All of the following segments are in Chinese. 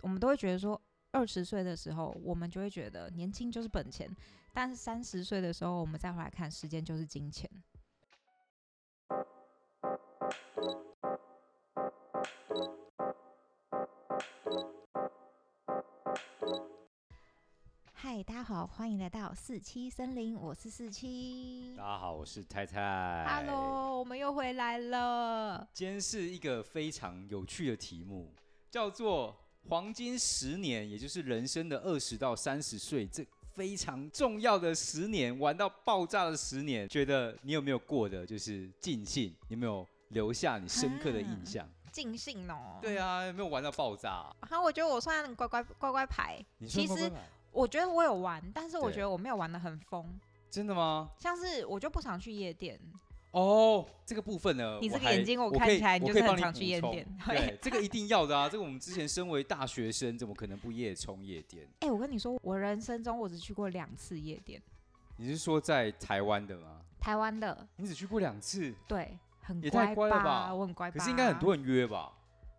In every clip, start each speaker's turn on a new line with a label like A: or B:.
A: 我们都会觉得说，二十岁的时候，我们就会觉得年轻就是本钱，但是三十岁的时候，我们再回来看，时间就是金钱。嗨，大家好，欢迎来到四七森林，我是四七
B: 大。家好，我是菜菜。
A: Hello，我们又回来了。
B: 今天是一个非常有趣的题目，叫做“黄金十年”，也就是人生的二十到三十岁这非常重要的十年，玩到爆炸的十年。觉得你有没有过的就是尽兴？有没有留下你深刻的印象？
A: 尽兴哦。
B: 对啊，有没有玩到爆炸啊、
A: 好，我觉得我算乖乖乖乖牌。
B: 你说
A: 其
B: 乖乖
A: 实
B: 牌
A: 我觉得我有玩，但是我
B: 对
A: 觉得我没有玩的很疯。
B: 真的吗？
A: 像是我就不常去夜店，
B: 哦，这个部分呢，
A: 你这
B: 我
A: 个
B: 还
A: 眼睛我
B: 我
A: 看
B: 可以
A: 起来你
B: 我
A: 就
B: 可以
A: 是很
B: 帮你
A: 常去
B: 补
A: 夜
B: 充
A: 店
B: 对，这个一定要的啊，这个我们之前身为大学生，怎么可能不夜冲夜店？
A: 哎、我跟你说，我人生中我只去过两次夜店，
B: 你是说在台湾的吗？
A: 台湾的，
B: 你只去过两次，
A: 对，很
B: 也
A: 乖
B: 太乖了吧
A: 我很乖吧。
B: 可是应该很多人约吧？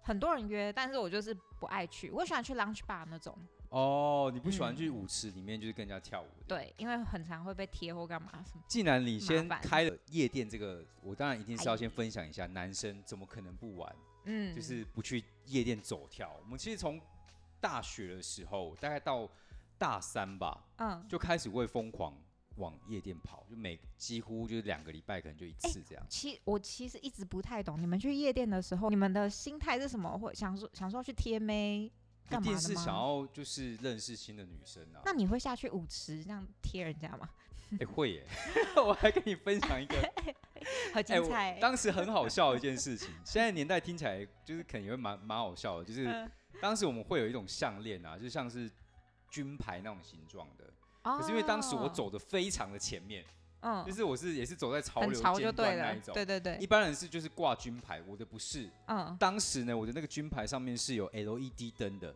A: 很多人约，但是我就是不爱去，我喜欢去 lunch bar 那种，
B: 哦，你不喜欢
A: 嗯
B: 去舞池里面就是跟人家跳舞？，
A: 对，因为很常会被贴或干嘛什么。
B: 既然你先
A: 麻烦
B: 开了夜店这个，我当然一定是要
A: 哎
B: 先分享一下，男生怎么可能不玩？
A: 嗯，
B: 就是不去夜店走跳。我们其实从大学的时候，大概到大三吧，
A: 嗯，
B: 就开始会疯狂往夜店跑，就每几乎就是两个礼拜可能就一
A: 哎
B: 次这样。
A: 其我其实一直不太懂，你们去夜店的时候，你们的心态是什么？会想说想说去贴妹
B: 一
A: 干嘛
B: 定
A: 的
B: 是想
A: 吗？
B: 要就是认识新的女生啊！
A: 那你会下去舞池这样贴人家 吗？
B: 哎、会耶！我还跟你分享 一个，
A: 很
B: 哎
A: 精
B: 我
A: 彩。
B: 当时很好笑的一件事情， 现在年代听起来就是可能也会蛮蛮好笑的，就是
A: 嗯
B: 当时我们会有一种项链啊，就像是军牌那种形状的，可是因为当时我
A: 哦，
B: 走的非常的前面，
A: 嗯，
B: 就是我是也是走在潮
A: 很
B: 流
A: 潮就
B: 尖
A: 对
B: 端那
A: 了
B: 一，种，
A: 对对
B: 一
A: 对，
B: 般人是就是挂军牌，我的不是。
A: 嗯，
B: 当时呢，我的那个军牌上面是有 LED 灯的，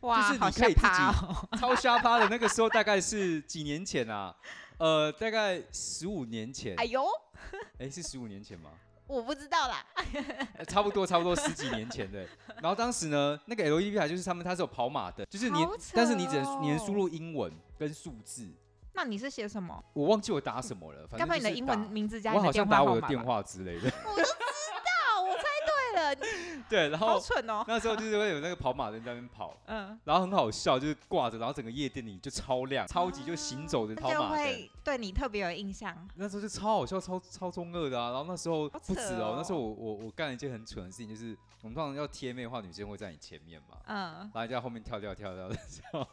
A: 哇，
B: 就是你
A: 好
B: 可
A: 吓
B: 以自
A: 趴哦，
B: 超瞎趴的。那个时候大概是几年前啊，呃，大概十五年前，
A: 哎
B: 哎、
A: 呦，
B: 是十五年前吗？
A: 我不知道啦，
B: 呃差不多，差不多十几年前的。然后当时呢，那个 LED 牌就是他们，它是有跑马灯，就是你，
A: 好扯
B: 但是你只能你能
A: 哦
B: 输入英文跟数字，
A: 那你是写什么？
B: 我忘记我打什么了，反
A: 要
B: 正
A: 不然
B: 就
A: 你
B: 是
A: 的英文名字加
B: 打，
A: 你
B: 我好
A: 电
B: 像
A: 话
B: 打
A: 号
B: 我
A: 码
B: 的
A: 吧。
B: 电话之类的。
A: 啊，我猜对了，你
B: 对，然
A: 好
B: 后
A: 蠢哦。
B: 那时候就是会有那个跑马灯在那边跑。
A: 嗯，
B: 然后很好笑，就是挂着，然后整个夜店里就超亮，超级就行走的
A: 那
B: 跑
A: 啊就
B: 马灯。
A: 会对你特别有印象。
B: 那时候就超好笑、超超中二的啊！然后那时候
A: 好
B: 不止
A: 扯
B: 哦
A: 哦，
B: 那时候我我我干了一件很蠢的事情，就是我们通常要贴妹的话，女生会在你前面嘛，
A: 嗯，
B: 然后你就在后面跳跳 跳跳跳。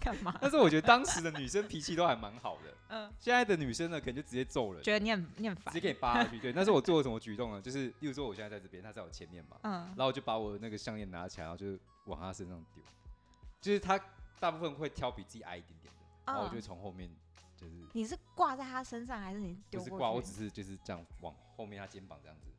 A: 干 嘛？
B: 但是我觉得当时的女生脾气都还蛮好的，
A: 嗯，
B: 现在的女生呢，可能就直接揍人，
A: 觉得你很你很
B: 直
A: 烦
B: 接。给你扒下去。对，那时候我做了什么举动呢？就是，例如说我现在在这边，她在我前面嘛，
A: 嗯
B: 然，后我就把我那个项链拿起来，然后就往她身上丢，就是她大部分会挑比自己矮一点点的，然后我就会
A: 嗯
B: 从后面就是
A: 你是挂在他身上，还是你丢
B: 不是挂，
A: 过
B: 我
A: 去
B: 只？是就是这样往后面他肩膀这样子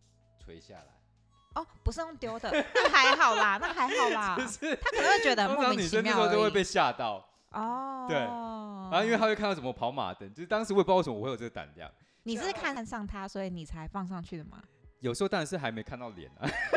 B: 垂下来，
A: 哦，不是用丢的，那还好啦，那还好啦。
B: 就是
A: 他可能会觉得啊
B: 通
A: 莫
B: 常
A: 名
B: 女
A: 其
B: 生那时
A: 妙
B: 候都
A: 而
B: 会
A: 已。
B: 被吓到，
A: 哦，
B: 对然后因为他会看到什么跑马灯，就是当时我也不知道为什么我会有这个胆量，
A: 你是看上他，所以你才放上去的吗？
B: 有时候当然是还没看到脸 啊，
A: 嗯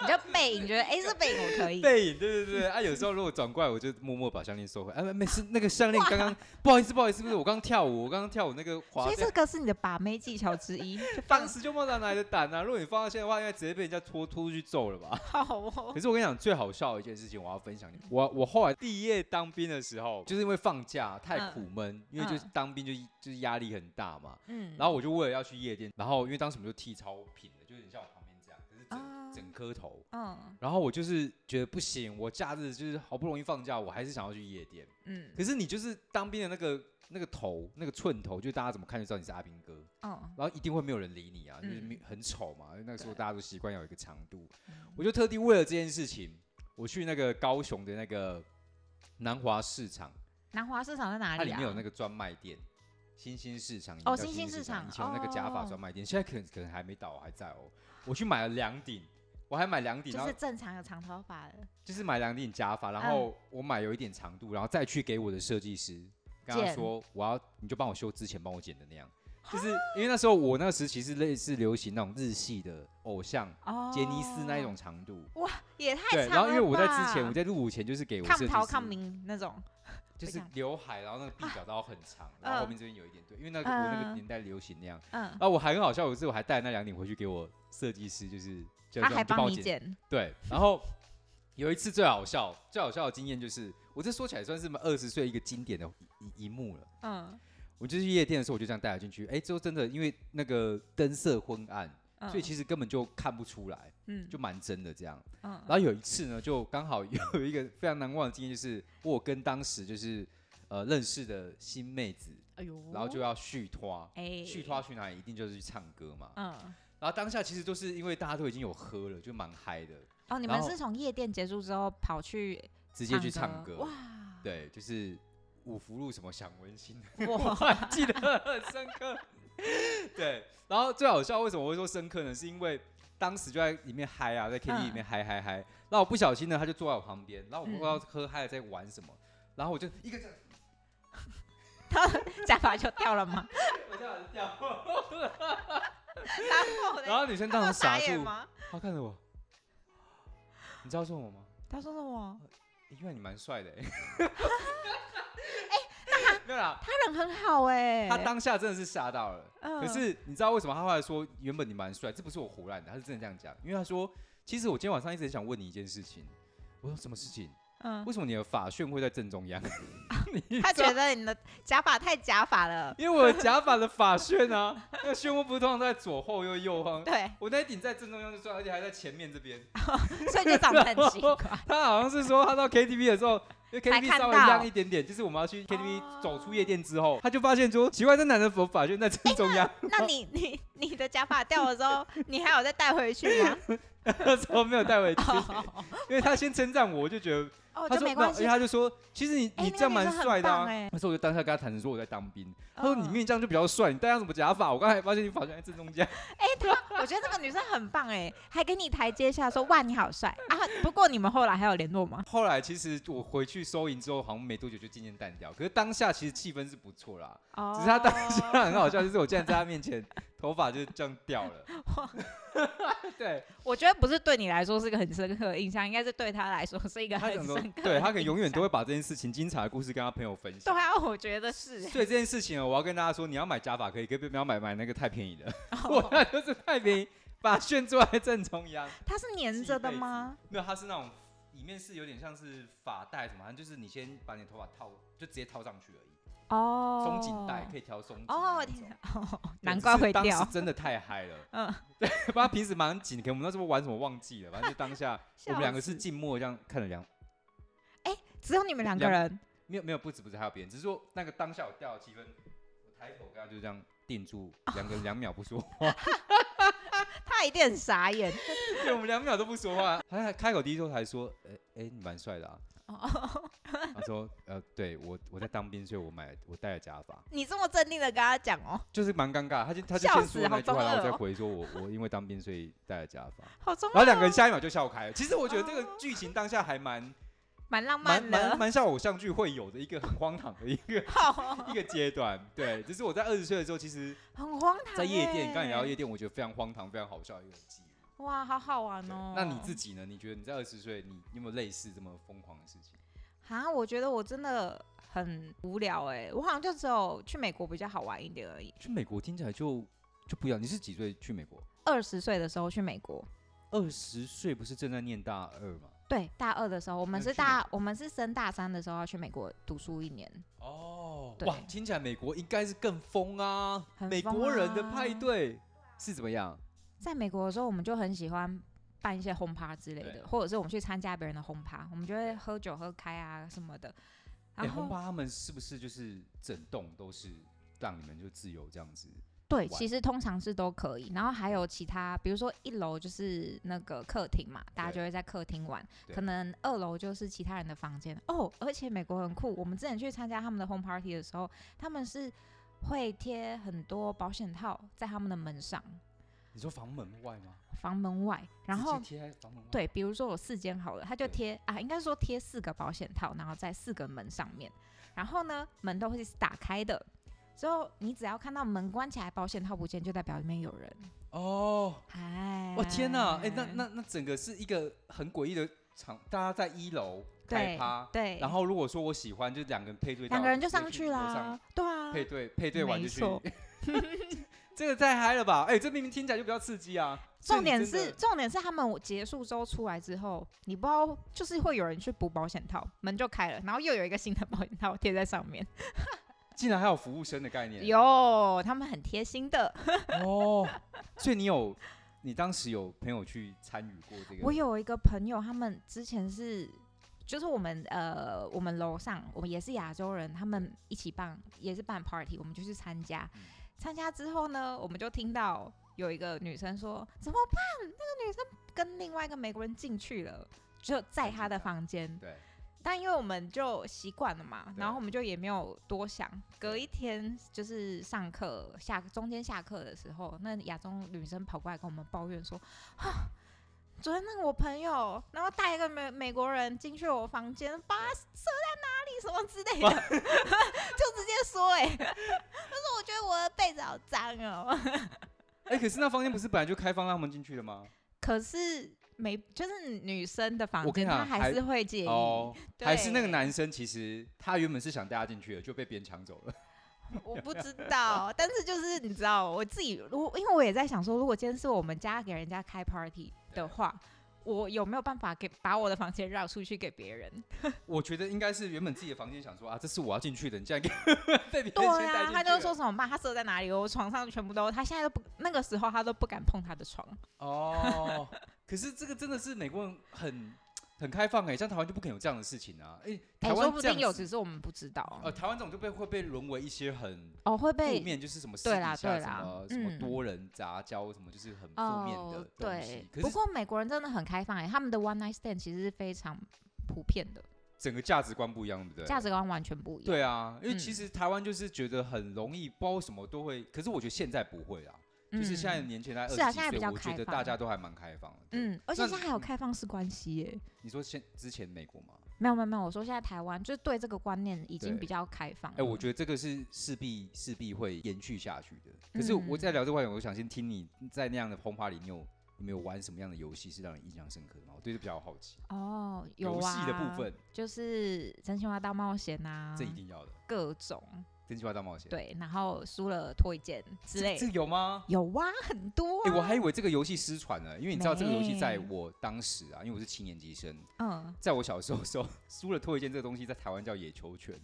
A: 你就背影，你觉得哎、这背影我可以，
B: 背影，对对对，啊，有时候如果转过来，我就默默把项链收回，啊，没没事，那个项链刚刚不好意思不好意思，不是我刚刚跳舞，我刚刚跳舞那个滑
A: 所以。这个是你的把妹技巧之一， 就放
B: 当时就莫哪来的胆啊！如果你放到现在的话，应该直接被人家拖拖出去揍了吧？
A: 好哦
B: 可。是我跟你讲，最好笑的一件事情，我要分享你。我我后来毕业当兵的时候，就是因为放假太苦闷，因为就是当兵就就是压力很大嘛。
A: 嗯，
B: 然后我就为了要去夜店，然后因为当时我们就剃超平的，就是你像我旁边这样，可是整、
A: 啊
B: 整颗头。
A: 嗯
B: 然后我就是觉得不行，我假日就是好不容易放假，我还是想要去夜店。
A: 嗯
B: 可是你就是当兵的那个那个头那个寸头，就大家怎么看就知道你是阿兵哥。
A: 嗯，
B: 然后一定会没有人理你啊，
A: 嗯
B: 就是没很丑嘛。因为那个时候
A: 对
B: 大家都习惯有一个长度
A: 嗯，
B: 我就特地为了这件事情，我去那个高雄的那个南华市场，
A: 南华市场在哪
B: 它
A: 里
B: 里
A: 啊？
B: 面有那个专卖店，新兴市场
A: 哦
B: 也叫
A: 新兴市
B: 市
A: 场
B: 以前有那个假发
A: 哦
B: 专卖店，现在可能可能还没倒，还在哦。我去买了两顶，我还买两顶，然
A: 就
B: 后
A: 是正常有长头发的，
B: 就是买两顶假发，然
A: 嗯
B: 后我买有一点长度，然后再去给我的设计师，跟他
A: 剪
B: 说我要你就帮我修之前帮我剪的那样。就是因为那时候我那个时期是类似流行那种日系的偶像
A: 哦，
B: 杰尼斯那一种长度，
A: 也太
B: 对。
A: 长
B: 然后因为
A: 了
B: 我在之前
A: 吧
B: 我在入伍前就是给我
A: 抗
B: 设计
A: 逃
B: 师
A: 抗民那种，
B: 就
A: 不
B: 是
A: 想
B: 刘海，然后那个鬓角刀很长，然后后面这边有一点对，因为那个我那个
A: 啊嗯
B: 年代流行那样。
A: 嗯，
B: 啊，我还很好笑，有一次我还带那两顶回去给我设计师，就是就
A: 他
B: 这
A: 还
B: 样就帮
A: 帮
B: 我
A: 你
B: 剪
A: 剪，
B: 对，然后有一次最好笑、最好笑的经验就是，我这说起来算是二十岁一个经典的一一幕了。
A: 嗯，
B: 我就是夜店的时候，我就这样带了进去。哎，之后真的因为那个灯色昏暗，所
A: 实
B: 以其实根本就看不出来，
A: 嗯
B: 就蛮真的这样。
A: 嗯
B: 然后有一次呢，就刚好有一个非常难忘的经验，就是我有跟当时就是呃认识的新妹子，
A: 哎呦，
B: 然后就要续拖，
A: 哎
B: 续拖去哪里一定就是去唱歌嘛。
A: 嗯，
B: 然后当下其实都是因为大家都已经有喝了，就蛮嗨的，
A: 哦，你
B: 然
A: 们
B: 后
A: 是从夜店结束之后跑去
B: 直接去唱
A: 歌
B: 歌。
A: 哇，
B: 对，就是五福路什么想温馨，我
A: 哇，
B: 还记得很深刻。对，然后最好笑为什么我会说深刻呢？是因为当时就在里面嗨啊，在 KTV 里面嗨嗨嗨，然后我不小心呢，他就坐在我旁边，然后我不知道喝嗨了在玩什么，然后我就一个这样，
A: 假发就掉了吗？
B: 我这样子掉，
A: 然后
B: 然后女生当
A: 他有
B: 场
A: 傻
B: 傻
A: 眼
B: 住，
A: 吗？
B: 她看着我，你知道说我吗？
A: 他说什么？
B: 因为你蛮帅的、欸， 没有啦，
A: 他人很好哎，
B: 他当下真的是吓到了。
A: 嗯
B: 可是你知道为什么他后来说原本你蛮帅？这不是我胡乱的，他是真的这样讲。因为他说，其实我今天晚上一直很想问你一件事情。我说什么事情？
A: 嗯，
B: 为什么你的发旋会在正中 央？
A: 他觉得你的假发太假发 了，
B: 因为我的假发的发旋啊，那个漩涡不是通常都在左后又右方？
A: 对，
B: 我那一顶在正中央就算，而且还在前面这 边。
A: 所以就长得很奇 怪。
B: 他好像是说他到 KTV 的时候，因为
A: 才
B: KTV
A: 看
B: 稍微
A: 到
B: 亮一点点，就是我们要去 KTV
A: 哦
B: 走出夜店之后，他就发现说奇怪，这男的怎么发旋在正中央？
A: 那你你你的假发掉了之后，你还有再戴回去 吗？
B: 那时候没有带回 去，因为他先称赞我，我就觉得
A: 哦，
B: 他
A: 就
B: 说
A: 没关
B: 因为
A: 系。
B: 他就说，其实你
A: 哎
B: 你
A: 那
B: 这
A: 个
B: 样
A: 女
B: 蛮
A: 生很
B: 帅的啊
A: 棒哎。
B: 那时候我就当下跟他坦诚说我在当兵，他说
A: 嗯
B: 你面这样就比较帅，你戴上什么假发？我刚才发现你发型在正中间。
A: 我觉得这个女生很棒哎，还给你台阶下，说哇你好帅啊！不过你们后来还有联络吗？
B: 后来其实我回去收银之后，好像没多久就渐渐淡掉。可是当下其实气氛是不错啦，
A: 哦
B: 只是他当下很好笑，就是我竟然在他面前头发就这样 掉了。对
A: 我觉得不是对你来说是个很深刻的印象，应该是对他来说是一个
B: 他
A: 很
B: 想说
A: 深刻，的
B: 对他可能永远都
A: 印
B: 会把这件事情精彩的故事跟他朋友分
A: 象
B: 享
A: 对。啊，我觉得是欸。
B: 所以这件事情哦，我要跟大家说，你要买假发可以，可以不要买买那个太便宜的，
A: 哦
B: 我那就是太便宜，把炫坐在正中央。
A: 他是粘着的吗？
B: 没有，它是那种里面是有点像是发带什么，反正就是你先把你的头发套，就直接套上去而已。
A: 哦，
B: 松紧带可以调松紧的
A: 哦
B: 那种。
A: 天
B: 对
A: 难怪会
B: 只是当
A: 掉
B: 时。真的太嗨了，
A: 嗯，
B: 不然平时蛮紧，可能我们那时候玩什么忘记了，反正就当 下我们两个是静默这样看了两，
A: 只有你们两个
B: 两
A: 人
B: 没有没有不止不止还有别人，只是说那个当下我掉了气氛，我抬头跟他就这样定住，两个人两秒不说话，
A: 他一定很傻眼。
B: 对，我们两秒都不说话，他还开口第一句还说，哎、哎、你蛮帅的啊，
A: 哦，
B: 他说：“呃，对我我在当兵，所以我买我戴了假发，
A: 你这么镇定的跟他讲哦，
B: 就是蛮尴尬。”他就他就
A: 笑
B: 先
A: 死
B: 说那
A: 好
B: 句话，
A: 中
B: 然后我
A: 二
B: 再
A: 哦
B: 回说我：“我因为当兵，所以戴了假发。
A: 好中”
B: 然后两
A: 二
B: 个人
A: 哦
B: 下一秒就笑开了。其实我觉得这
A: 哦
B: 个剧情当下还 蛮
A: 蛮浪
B: 蛮
A: 漫
B: 蛮
A: 的。
B: 蛮像偶像剧会有的一个很荒唐的一个
A: 好，
B: 一个阶段。对，只是我在二十岁的时候，其实
A: 很荒唐欸。
B: 在夜店，刚才聊到夜店，我觉得非常荒唐、非常好笑的一个记忆。
A: 哇，好好玩
B: 对
A: 哦。
B: 那你自己呢？你觉得你在二十岁，你你有没有类似这么疯狂的事情？
A: 啊，我觉得我真的很无聊哎、我好像就只有去美国比较好玩一点而已。
B: 去美国听起来就就不一样。你是几岁去美国？
A: 二十岁的时候去美国，
B: 二十岁不是正在念大二吗？
A: 对，大二的时候，我们
B: 那
A: 是
B: 去美
A: 大我们是升大三的时候要去美国读书一年，
B: 哦，
A: 对
B: 哇，听起来美国应该是更疯啊！
A: 很
B: 美
A: 疯
B: 国人的
A: 啊
B: 派对是怎么样？
A: 在美国的时候，我们就很喜欢办一些轰趴之类
B: 对
A: 的，或者是我们去参加别人的轰趴，我们就会喝酒喝开啊什么的。
B: 哎、
A: 然后、
B: 轰趴他们是不是就是整栋都是让你们就自由这样子？
A: 对，
B: 玩
A: 其实通常是都可以。然后还有其他，比如说一楼就是那个客厅嘛，大家
B: 对
A: 就会在客厅玩。
B: 对
A: 可能二楼就是其他人的房间哦。而且美国很酷，我们之前去参加他们的 home party 的时候，他们是会贴很多保险套在他们的门上、
B: 你说房门外吗？
A: 房门外，然
B: 直接
A: 后。
B: 贴在房门外。
A: 对，比如说我四间好了，他就
B: 对
A: 贴啊，应该是说贴四个保险套，然后在四个门上面，然后呢，门都会是打开的，之后你只要看到门关起来，保险套不见，就代表里面有人。
B: 哦，
A: 哎，
B: 哇天哪！哎、那那那整个是一个很诡异的场，大家在一楼开
A: 对
B: 趴，
A: 对，
B: 然后如果说我喜欢，就两个人配对到，
A: 两个人就
B: 直接
A: 上去
B: 楼
A: 啦，对啊，
B: 配对配对完就
A: 没
B: 去
A: 错。
B: 这个太嗨了吧？哎、这明明听起来就比较刺激啊。所以
A: 重
B: 你
A: 点
B: 真的
A: 是，重点是他们结束之后出来之后，你不知道，就是会有人去补保险套，门就开了，然后又有一个新的保险套贴在上面。
B: 竟然还有服务生的概念。
A: 有，他们很贴心的。
B: 哦，所以你有，你当时有朋友去参与过这个？
A: 我有一个朋友，他们之前是，就是我们呃，我们楼上，我们也是亚洲人，他们一起办也是办 party，我们就去参加。
B: 嗯
A: 参加之后呢，我们就听到有一个女生说：“怎么办？那个女生跟另外一个美国人进去了，就在她的房间。”
B: 对，
A: 但因为我们就习惯了嘛，
B: 对
A: 然后我们就也没有多想。隔一天就是上课下中间下课的时候，那亚中女生跑过来跟我们抱怨说：“啊，昨天那个我朋友，然后带一个美美国人进去我房间，把他车在哪里什么之类的， 就直接说哎、欸， 他说我觉得我的被子好脏哦。
B: 哎、可是那房间不是本来就开放让他们进去的吗？
A: 可是没，就是女生的房
B: 我
A: 间，
B: 跟你
A: 她
B: 讲
A: 还
B: 还
A: 是会介意。
B: 哦，还是那个
A: 对
B: 男生，其实他原本是想带他进去的，就被别人抢走了。
A: 我不知道，但是就是你知道，我自己如果因为我也在想说，如果今天是我们家给人家开 party
B: 啊
A: 的话，我有没有办法给把我的房间让出去给别 人？
B: 我觉得应该是原本自己的房间想说啊，这是我要进去的，你竟然给 被别
A: 对
B: 人先带进
A: 啊，
B: 去了。
A: 他就说什么妈，他射在哪里？我床上全部都，他现在都不那个时候他都不敢碰他的床。
B: 哦， 可是这个真的是美国人很很开放哎、像台湾就不可能有这样的事情啊。哎、
A: 哎、
B: 台
A: 说
B: 湾
A: 不
B: 这样
A: 定有，
B: 子
A: 只是我们不知道。
B: 呃，台湾这种就被会被沦为一些很
A: 哦，会
B: 负
A: 被
B: 面，就是什么私
A: 对
B: 底
A: 啦
B: 下
A: 对
B: 什
A: 啦
B: 么什么
A: 嗯
B: 多人杂交，什么就是很负面的
A: 哦，
B: 东西
A: 对。。
B: 可
A: 不
B: 是
A: 过美国人真的很开放哎、他们的 one night stand 其实是非常普遍的，
B: 整个价值观不一样，对不对？
A: 价值观完全不一样。
B: 对啊，因为其
A: 嗯
B: 实台湾就是觉得很容易，不知道为什么都会。可是我觉得现在不会啊，就是现在
A: 嗯
B: 年前才二十
A: 是啊
B: 几
A: 现在比
B: 岁，
A: 较
B: 我觉
A: 开
B: 得大
A: 放
B: 家都还蛮开放的。对，
A: 嗯，而且
B: 那
A: 现在还有
B: 嗯
A: 开放式关系耶、
B: 你说现之前美国吗？
A: 没有没有没有，我说现在台湾就是对这个观念已经
B: 对
A: 比较开放了。
B: 哎、我觉得这个是势必势必会延续下去的。可是我在
A: 嗯
B: 聊这块，我想先听你在那样的轰趴里，你有有没有玩什么样的游戏是让你印象深刻的吗？我对这比较好奇。
A: 哦，有
B: 游戏、
A: 啊，
B: 的部分，
A: 就是真心话大冒险啊，
B: 这一定要的，《
A: 各种
B: 真心话大冒险》
A: 对，然后输了脱一件之类
B: 这，个有吗？
A: 有啊，很多、
B: 哎、
A: 啊
B: 我还以为这个游戏失传了，因为你知道这个游戏在
A: 没
B: 我当时啊，因为我是七年级生，
A: 嗯，
B: 在我小时候的时候， 输了拖一件这个东西在台湾叫野球拳，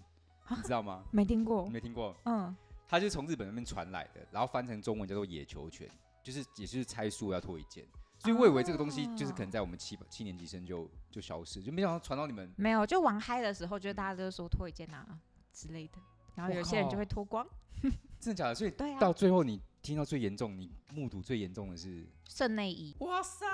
A: 啊
B: 你知道吗？
A: 没听
B: 你
A: 过，
B: 没听过？
A: 嗯，
B: 它就是从日本那边传来的，然后翻成中文叫做野球拳，就是也就是猜输要脱一件。所以我以为这个东西就是可能在我们七七年级生就就消失，就没想到传到你们。
A: 没有，就玩嗨的时候，就大家都说脱一件啊之类的，然后
B: 我
A: 有些人就
B: 靠
A: 会脱光，
B: 真的假的？所以
A: 对啊，
B: 哦到最后你听到最严重，你目睹最严重的是，
A: 剩内衣
B: 哇塞，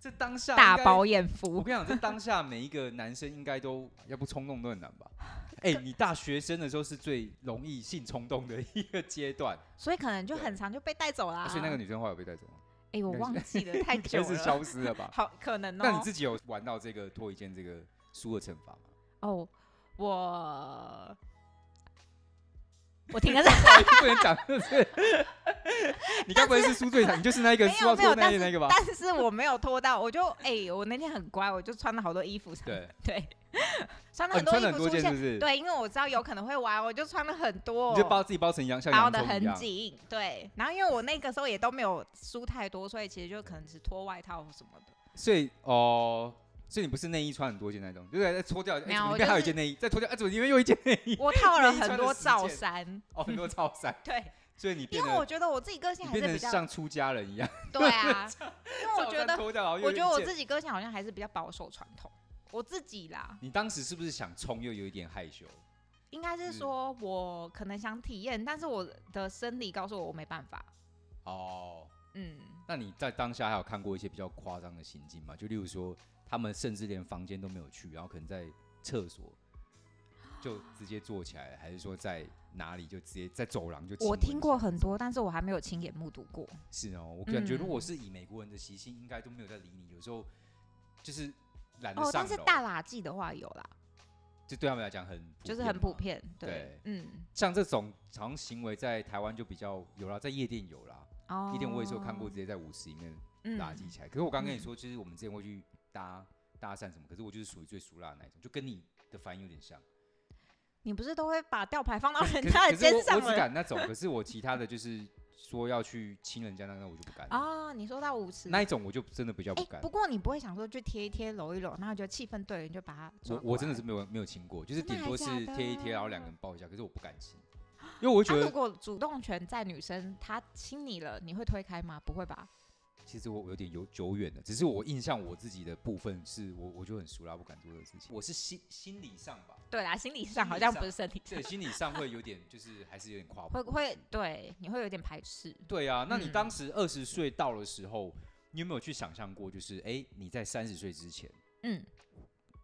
B: 这当下
A: 大
B: 应该
A: 饱眼
B: 我
A: 福，
B: 跟你讲，在当下每一个男生应该都要不冲动都很难吧？ 哎、你大学生的时候是最容易性冲动的一个阶段、
A: 所以可能就
B: 对
A: 很长就被带走啦。
B: 所以那个女生后来有被 带走吗？
A: 哎，我
B: 应该是
A: 忘记 了，太久
B: 就
A: 啊了
B: 是，消失了吧？
A: 好可能哦。
B: 那你自己有玩到这个脱一件这个输的惩罚吗？
A: 哦，我我 停在这
B: 不能讲，就是你该不会是输最惨？你就是那一个
A: 没
B: 输
A: 有
B: 到
A: 没有，
B: 脱那
A: 但
B: 件
A: 是
B: 那个吧？
A: 但是我没有拖到，我就哎、我那天很乖，我就穿了好多衣服，
B: 对，
A: 对，穿了
B: 哦、
A: 很
B: 你
A: 多
B: 穿
A: 衣
B: 了很
A: 服
B: 多
A: 出
B: 件是
A: 现，
B: 不是？
A: 对，因为我知道有可能会玩，我就穿了很多，
B: 你就包自己包成羊像
A: 包
B: 羊
A: 的
B: 头一
A: 很
B: 样。
A: 紧，对，然后因为我那个时候也都没有梳太多，所以其实就可能只脱外套什么 的。
B: 所以哦。所以你不是内衣穿很多件那种，就是再脱掉，哎、怎
A: 没有
B: 么
A: 我
B: 里面还有一
A: 就是
B: 件内衣，再脱掉，哎、怎么里面又一件内衣？
A: 我套了
B: 内衣
A: 很
B: 穿了
A: 多
B: 十
A: 罩
B: 件
A: 衫，
B: 哦，很多罩衫，
A: 对，
B: 所以你
A: 因
B: 变
A: 为
B: 得
A: 我觉得我自己个性
B: 你
A: 还是
B: 变
A: 比
B: 得
A: 较
B: 像出家人一样，
A: 对 啊，因为我
B: 罩
A: 觉
B: 衫
A: 得
B: 脱掉，然后又
A: 我觉得我
B: 一件
A: 自己个性好像还是比较保守传统，我自己啦，
B: 你当时是不是想冲，又有一点害羞？
A: 应该是
B: 嗯
A: 说我可能想体验，但是我的生理告诉我我没办法。
B: 哦，
A: 嗯，
B: 那你在当下还有看过一些比较夸张的行径吗？就例如说，他们甚至连房间都没有去，然后可能在厕所就直接坐起来，还是说在哪里就直接在走廊就亲
A: 我
B: 吻
A: 听过
B: 起
A: 很多，但是我还没有亲眼目睹过。
B: 来是哦，我感觉如果
A: 嗯
B: 是以美国人的习性，应该都没有在理你，有时候就是懒得
A: 哦，
B: 上
A: 但
B: 楼。
A: 是大垃圾的话有啦，
B: 就对他们来讲很
A: 就是很普
B: 嘛。
A: 遍，
B: 对
A: 对，嗯，
B: 像这种好像行为在台湾就比较有啦，在夜店有啦，
A: 哦，
B: 夜店我也是有看过，直接在舞池里面垃圾
A: 嗯，
B: 起来。可是我刚跟你说，其实我们之前会去搭搭讪什么，可是我就是属于最俗辣的那一种，就跟你的反应有点像。
A: 你不是都会把吊牌放到
B: 可
A: 人
B: 可是
A: 家嗯的
B: 可是
A: 肩
B: 我
A: 上
B: 我只
A: 了？
B: 敢那种，可是我其他的就是说要去亲人家那那我就不敢。
A: 哦，你说到舞池，
B: 那一种我就真的比较
A: 哎
B: 不，敢
A: 不。过你不会想说去贴一贴、揉一揉，然后觉得气氛对了，你就把它抓
B: 我我
A: 过
B: 真的
A: 来
B: 是没有没有亲过，就是
A: 真的
B: 顶
A: 还
B: 多是
A: 假
B: 贴一贴，
A: 的
B: 然后两个人抱一下，可是我不敢亲，因为我会觉
A: 啊、
B: 得
A: 如果主动权在女生，她亲你了，你会推开吗？不会吧？
B: 其实我我有点有久远了，只是我印象我自己的部分是我我就很熟啦，不敢做这个事情。我是心心理上吧，
A: 对啦，心理
B: 心
A: 上
B: 理
A: 好像
B: 上
A: 不是身体上
B: 对，，心理上会有点就是还是有点跨
A: 会
B: 不过
A: 会
B: 去
A: 对，你会有点排斥。
B: 对啊。那你
A: 嗯
B: 当时二十岁到的时候，你有没有去想象过，就是哎、你在三十岁之前，
A: 嗯，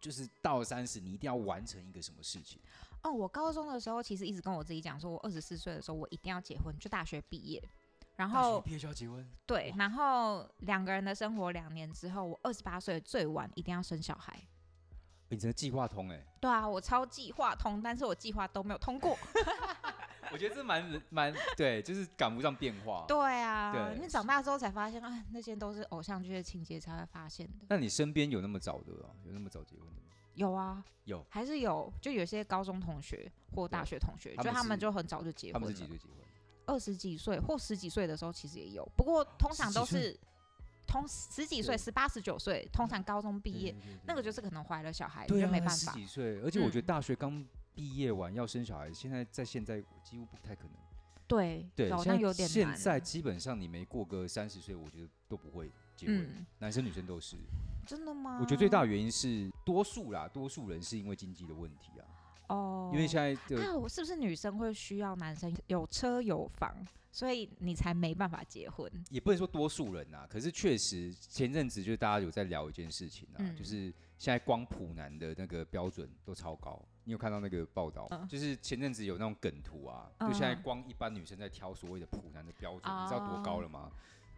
B: 就是到了三十，你一定要完成一个什么事情？
A: 哦，我高中的时候其实一直跟我自己讲，说我二十四岁的时候我一定要结婚，就大学毕业。然
B: 大学
A: 后
B: 毕业就要结婚，
A: 对
B: 哇，
A: 然后两个人的生活两年之后，我二十八岁最晚一定要生小孩。
B: 你真的计划通哎、
A: 对啊，我超计划通，但是我计划都没有通过。
B: 我觉得这蛮蛮对，就是赶不上变化。
A: 对啊，
B: 对
A: 因为长大之后才发现，啊，那些都是偶像剧的情节才会发现的。
B: 那你身边有那么早的、啊，有那么早结婚的吗？
A: 有啊，
B: 有，
A: 还是有，就有些高中同学或大
B: 对
A: 学同学，
B: 他
A: 就
B: 们
A: 他们
B: 是
A: 就很早就结
B: 他
A: 婚
B: 们是几
A: 了，
B: 岁结婚？
A: 二十几岁或十几岁的时候其实也有，不过通常
B: 十几
A: 都
B: 岁
A: 是通十几岁，
B: 对
A: 十八十九岁，通常高中毕
B: 对
A: 业
B: 对，对
A: 那个就
B: 对
A: 是可能怀了小孩，你
B: 对
A: 就
B: 啊，
A: 没办
B: 十
A: 法。
B: 几岁，而且我觉得
A: 嗯
B: 大学刚毕业完要生小孩，现在在现在几乎不太可能。
A: 对，
B: 对，
A: 好
B: 现在
A: 像有点
B: 现
A: 难。
B: 在基本上你没过个三十岁，我觉得都不会结婚，
A: 嗯，
B: 男生女生都是。
A: 真的吗？
B: 我觉得最大的原因是多数啦，多数人是因为经济的问题啊，
A: 哦，
B: 因为现在的
A: 啊，我是不是女生会需要男生有车有房，所以你才没办法结婚？
B: 也不能说多数人啊，可是确实前阵子就大家有在聊一件事情啊，
A: 嗯
B: 就是现在光普男的那个标准都超高。你有看到那个报道？
A: 嗯
B: 就是前阵子有那种梗图啊，就现在
A: 嗯哦
B: 光一般女生在挑所谓的普男的标准，你知道多高了吗？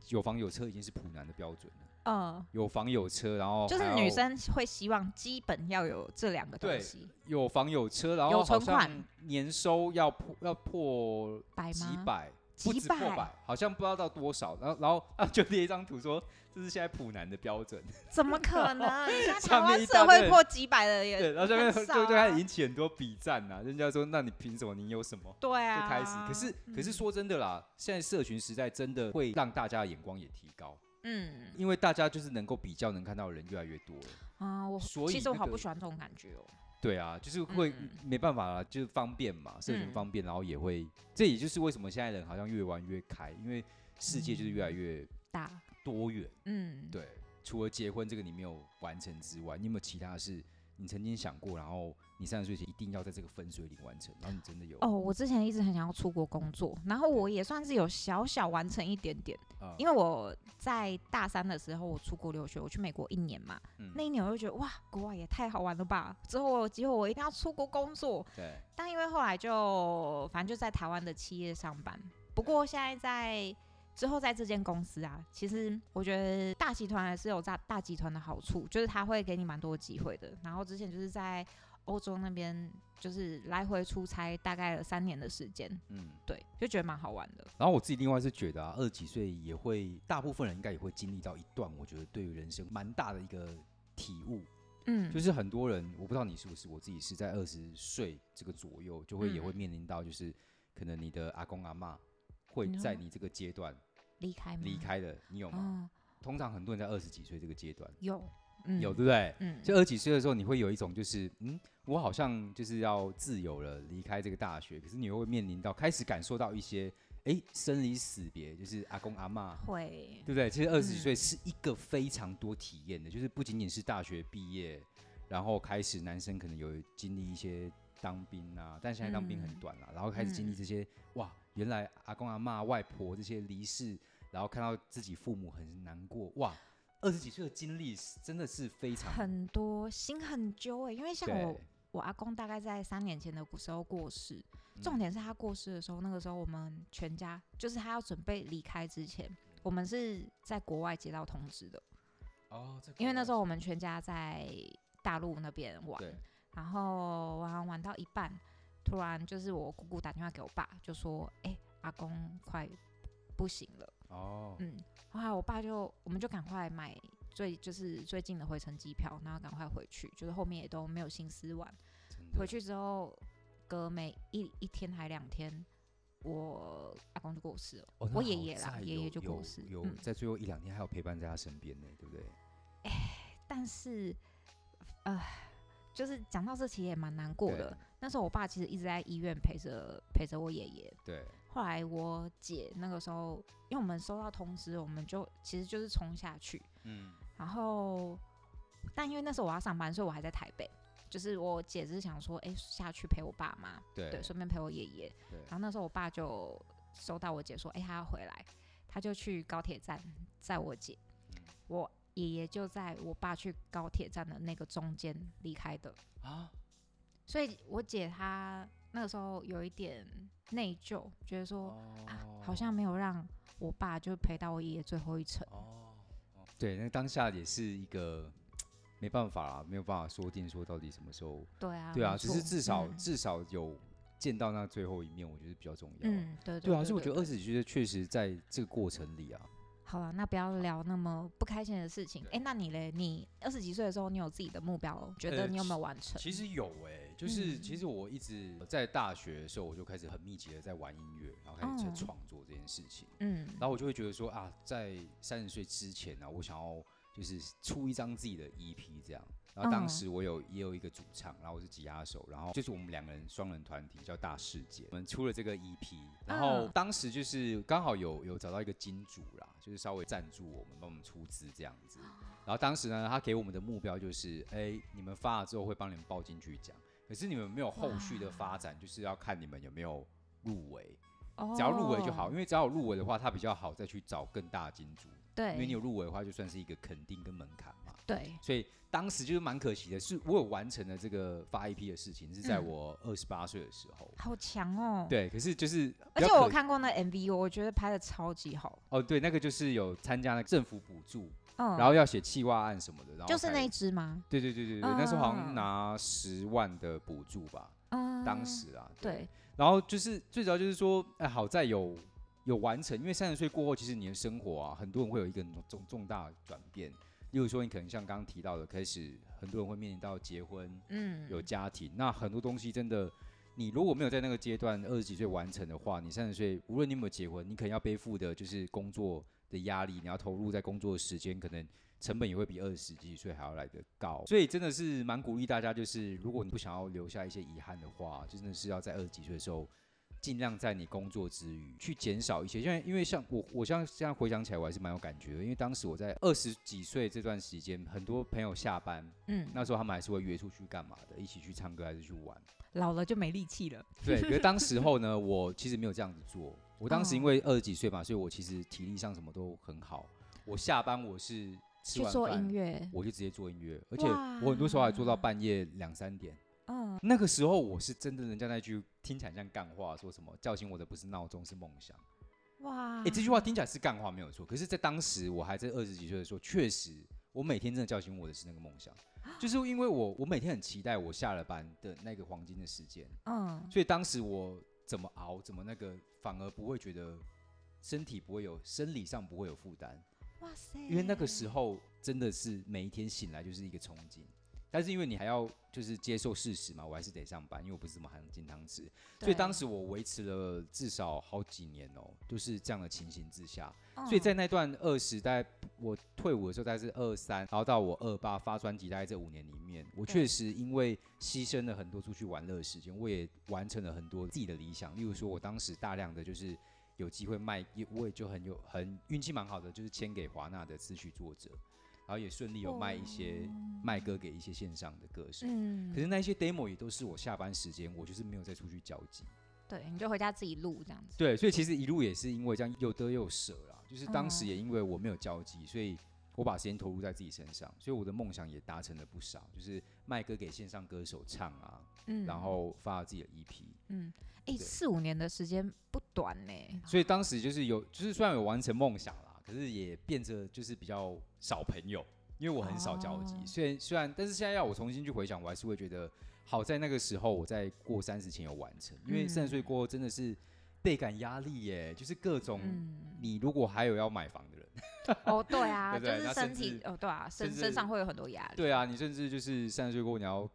B: 有房有车已经是普男的标准了，
A: 嗯，
B: 有房有车，然后
A: 就是
B: 哦还
A: 女
B: 要
A: 生会希望基本要有这两个
B: 对
A: 东西，
B: 有房有车，然后
A: 有
B: 好
A: 存款
B: 像年收要破要破
A: 白
B: 几
A: 吗？
B: 百，不
A: 几
B: 止破
A: 百
B: 百，好像不知道到多少，然后然后啊就列一张图说这是现在普男的标准。
A: 怎么可 能？现在台
B: 上面一
A: 湾
B: 大
A: 社会
B: 堆
A: 破几百的也
B: 对，然后下面
A: 很
B: 就
A: 少
B: 就开始
A: 啊
B: 引起很多比战呐、人家说那你凭什么？你有什么？
A: 对
B: 就
A: 啊，
B: 开始，可是可是
A: 嗯
B: 说真的啦，现在社群时代真的会让大家的眼光也提高，
A: 嗯
B: 因为大家就是能够比较，能看到的人越来越多了。
A: 啊，我
B: 所以
A: 其实我
B: 那
A: 好
B: 个
A: 不喜欢这种感觉哦。
B: 对啊，就是会、
A: 嗯
B: 没办法啦，就是方便嘛，社群
A: 嗯
B: 方便，然后也会，这也就是为什么现在人好像越玩越开，因为世界就是越来越
A: 大，
B: 多元。
A: 嗯，
B: 对，除了结婚这个你没有完成之外，你有没有其他的事你曾经想过，然后你三十岁前一定要在这个分水岭完成，然后你真的有？
A: 哦，我之前一直很想要出国工作，然后我也算是有小小完成一点点，
B: 啊，
A: 因为我在大三的时候我出国留学，我去美国一年嘛，
B: 嗯
A: 那一年我就觉得哇，国外也太好玩了吧！之后我有机会我一定要出国工作，
B: 对，
A: 但因为后来就反正就在台湾的企业上班，不过现在在之后在这间公司啊，其实我觉得大集团还是有大大集团的好处，就是它会给你蛮多机会的。然后之前就是在欧洲那边，就是来回出差大概有三年的时间，
B: 嗯。
A: 对，就觉得蛮好玩的。
B: 然后我自己另外是觉得啊，二十几岁也会，大部分人应该也会经历到一段，我觉得对于人生蛮大的一个体悟，
A: 嗯，
B: 就是很多人，我不知道你是不是，我自己是在二十岁这个左右，就会也会
A: 嗯
B: 面临到，就是可能你的阿公阿妈会
A: 你说
B: 在你这个阶段
A: 离开吗？
B: 离开了，你有吗？
A: 哦，
B: 通常很多人在二十几岁这个阶段，
A: 有，嗯，
B: 有对，不对？
A: 嗯，
B: 就二十几岁的时候，你会有一种就是，嗯，我好像就是要自由了，离开这个大学。可是你又会面临到开始感受到一些，哎，生离死别，就是阿公阿妈，
A: 会
B: 对不对？其实二十几
A: 嗯
B: 岁是一个非常多体验的，就是不仅仅是大学毕业，然后开始男生可能有经历一些当兵啊，但现在当兵很
A: 嗯
B: 短啦，然后开始经历
A: 嗯
B: 这些，哇，原来阿公阿妈、外婆这些离世，然后看到自己父母很难过，哇。二十几岁的经历是真的是非常
A: 很多心很揪欸诶、因为像我
B: 对
A: 我阿公大概在三年前的时候过世，
B: 嗯
A: 重点是他过世的时候，那个时候我们全家就是他要准备离开之前，我们是在国外接到通知的，
B: 哦，
A: 因为那时候我们全家在大陆那边玩，
B: 对，
A: 然后玩玩玩到一半，突然就是我姑姑打电话给我爸，就说：“哎、阿公快不行了。”
B: 哦，
A: 嗯，后来我爸就，我们就赶快买最就是最近的回程机票，然后赶快回去，就是后面也都没有心思玩。
B: 真
A: 回
B: 的，
A: 去之后，隔没一一天还两天，我阿公就过世了。
B: 哦那
A: 我爷
B: 好
A: 爷啦
B: 在
A: 爷爷
B: 有
A: 就过
B: 有
A: 世
B: 有
A: 嗯
B: 在最后一两天还有陪伴在他身边呢，对不对？
A: 但是，呃，就是讲到这其实也蛮难过
B: 对
A: 的。那时候我爸其实一直在医院陪着陪着我爷爷，
B: 对，
A: 后来我姐那个时候，因为我们收到通知，我们就其实就是冲下去，
B: 嗯，
A: 然后，但因为那时候我要上班，所以我还在台北。就是我姐是想说，哎、下去陪我爸妈，
B: 对
A: 对，顺便陪我爷爷。
B: 对
A: 然后那时候我爸就收到我姐说，哎、他要回来，他就去高铁站载我姐，
B: 嗯
A: 我爷爷就在我爸去高铁站的那个中间离开的。
B: 啊，
A: 所以我姐她那个时候有一点内疚，觉得说，啊，
B: 哦
A: 好像没有让我爸就陪到我爷爷最后一程。
B: 哦，哦对，那当下也是一个没办法啦，没有办法说定说到底什么时候。
A: 对啊，
B: 对啊，
A: 没
B: 只是
A: 错
B: 至少、
A: 嗯
B: 至少有见到那最后一面，我觉得比较重要。，
A: 嗯，对
B: 对啊，
A: 对
B: 所以我
A: 对
B: 觉得
A: 对
B: 二十几岁确实在这个过程里啊，
A: 好了，那不要聊那么不开心的事情。
B: 对
A: 哎、那你嘞？你二十几岁的时候，你有自己的目标，觉得
B: 呃
A: 你有没有完成？
B: 其实有哎、就是、
A: 嗯
B: 其实我一直呃在大学的时候，我就开始很密集的在玩音乐，然后开始在
A: 哦
B: 创作这件事情。
A: 嗯，
B: 然后我就会觉得说啊，在三十岁之前呢、啊，我想要就是出一张自己的 EP 这样。然后当
A: 嗯
B: 时我有也有一个主唱，然后我是吉他手，然后就是我们两个人双人团体叫大世界，我们出了这个 EP，然后
A: 嗯
B: 当时就是刚好有有找到一个金主啦，就是稍微赞助我们，帮我们出资这样子。
A: 哦
B: 然后当时呢，他给我们的目标就是，哎，你们发了之后会帮你们报金曲奖，可是你们没有后续的发展，就是要看你们有没有入围。只要入围就好，
A: 哦
B: 因为只要有入围的话，它比较好再去找更大的金主，
A: 对，
B: 因为你有入围的话，就算是一个肯定跟门槛嘛。
A: 对，
B: 所以当时就是蛮可惜的，是我有完成了这个发 EP 的事情，是在
A: 嗯
B: 我二十八岁的时候。
A: 好强哦。，
B: 对，可是就是比
A: 而
B: 较
A: 且我
B: 可
A: 看过那 MV，我觉得拍的超级好。
B: 哦，对，那个就是有参加那个政府补助，
A: 嗯，
B: 然后要写企划案什么的，然后
A: 就是
B: 才
A: 那一支吗？
B: 对对对对对，那时候好
A: 嗯嗯
B: 像
A: 嗯
B: 拿十万的补助吧，
A: 嗯，
B: 当时啊，
A: 对，
B: 然后就是最主要就是说，哎，好在有有完成，因为三十岁过后，其实你的生活啊，很多人会有一个重重大的转变。例如说，你可能像刚刚提到的，开始很多人会面临到结婚、
A: 嗯，
B: 有家庭，那很多东西真的，你如果没有在那个阶段二十几岁完成的话，你三十岁无论你有没有结婚，你可能要背负的就是工作的压力，你要投入在工作的时间，可能成本也会比二十几岁还要来得高。所以真的是蛮鼓励大家，就是如果你不想要留下一些遗憾的话，就真的是要在二十几岁的时候。尽量在你工作之余去减少一些，因为因为像我，我像现在回想起来，我还是蛮有感觉的。因为当时我在二十几岁这段时间，很多朋友下班，
A: 嗯，
B: 那时候他们还是会约出去干嘛的，一起去唱歌还是去 玩。
A: 老了就没力气了。
B: 对，可是当时候呢，我其实没有这样子做。我当时因
A: 哦
B: 为二十几岁嘛，所以我其实体力上什么都很好。我下班我是吃
A: 去
B: 完
A: 做音
B: 饭，
A: 乐，
B: 我就直接做音乐，而且我很多时候还做到
A: 哇
B: 半夜两三点。
A: 嗯，
B: 那个时候我是真的，人家那句听起来像干话，说什么叫醒我的不是闹钟是梦想。
A: 哇，
B: 哎、这句话听起来是干话没有错，可是，在当时我还在二十几岁的时候，确实，我每天真的叫醒我的是那个梦想，就是因为我我每天很期待我下了班的那个黄金的时间，
A: 嗯，
B: 所以当时我怎么熬，怎么那个，反而不会觉得身体不会有生理上不会有负担，
A: 哇塞，
B: 因为那个时候真的是每一天醒来就是一个憧憬。但是因为你还要就是接受事实嘛，我还是得上班，因为我不是什么含金汤匙，所以当时我维持了至少好几年哦，就是这样的情形之下，
A: 对，
B: 所以呃
A: 嗯
B: 在那段二十，大概我退伍的时候大概是二三，然后到我二八发专辑，大概这五年里面，我
A: 对
B: 确实因为牺牲了很多出去玩乐的时间，我也完成了很多自己的理想。例如说，我当时大量的就是有机会卖，也我也就很有很运气蛮好的，就是签给华纳的词曲作者，然后也顺利有卖一些、卖歌给一些线上的歌手。
A: 嗯，
B: 可是那些 demo 也都是我下班时间，我就是没有再出去交际。
A: 对，你就回家自己录这样子。
B: 对，所以其实一路也是因为这样有得有舍啦，就是当时
A: 嗯
B: 也因为我没有交集，所以我把时间投入在自己身上，所以我的梦想也达成了不少，就是卖歌给线上歌手唱啊，
A: 嗯，
B: 然后发了自己的 E EP，
A: 嗯，哎、
B: 对
A: 四五年的时间不短呢、
B: 所以当时就是有，就是虽然有完成梦想啦，可是也变着就是比较少朋友，因为我很少交集，
A: 哦
B: 虽然虽然，但是现在要我重新去回想，我还是会觉得好在那个时候我在过三十前有完成，因为
A: 嗯
B: 三十岁过后真的是倍感压力耶，就是各种
A: 嗯，
B: 你如果还有要买房的 人，
A: 哦，对啊，
B: 对不对
A: 就
B: 那
A: 是身
B: 甚
A: 体，
B: 至
A: 哦，对啊，身
B: 甚
A: 身
B: 至
A: 上会有很多压力。
B: 对啊，你甚至就是三十岁过后你要。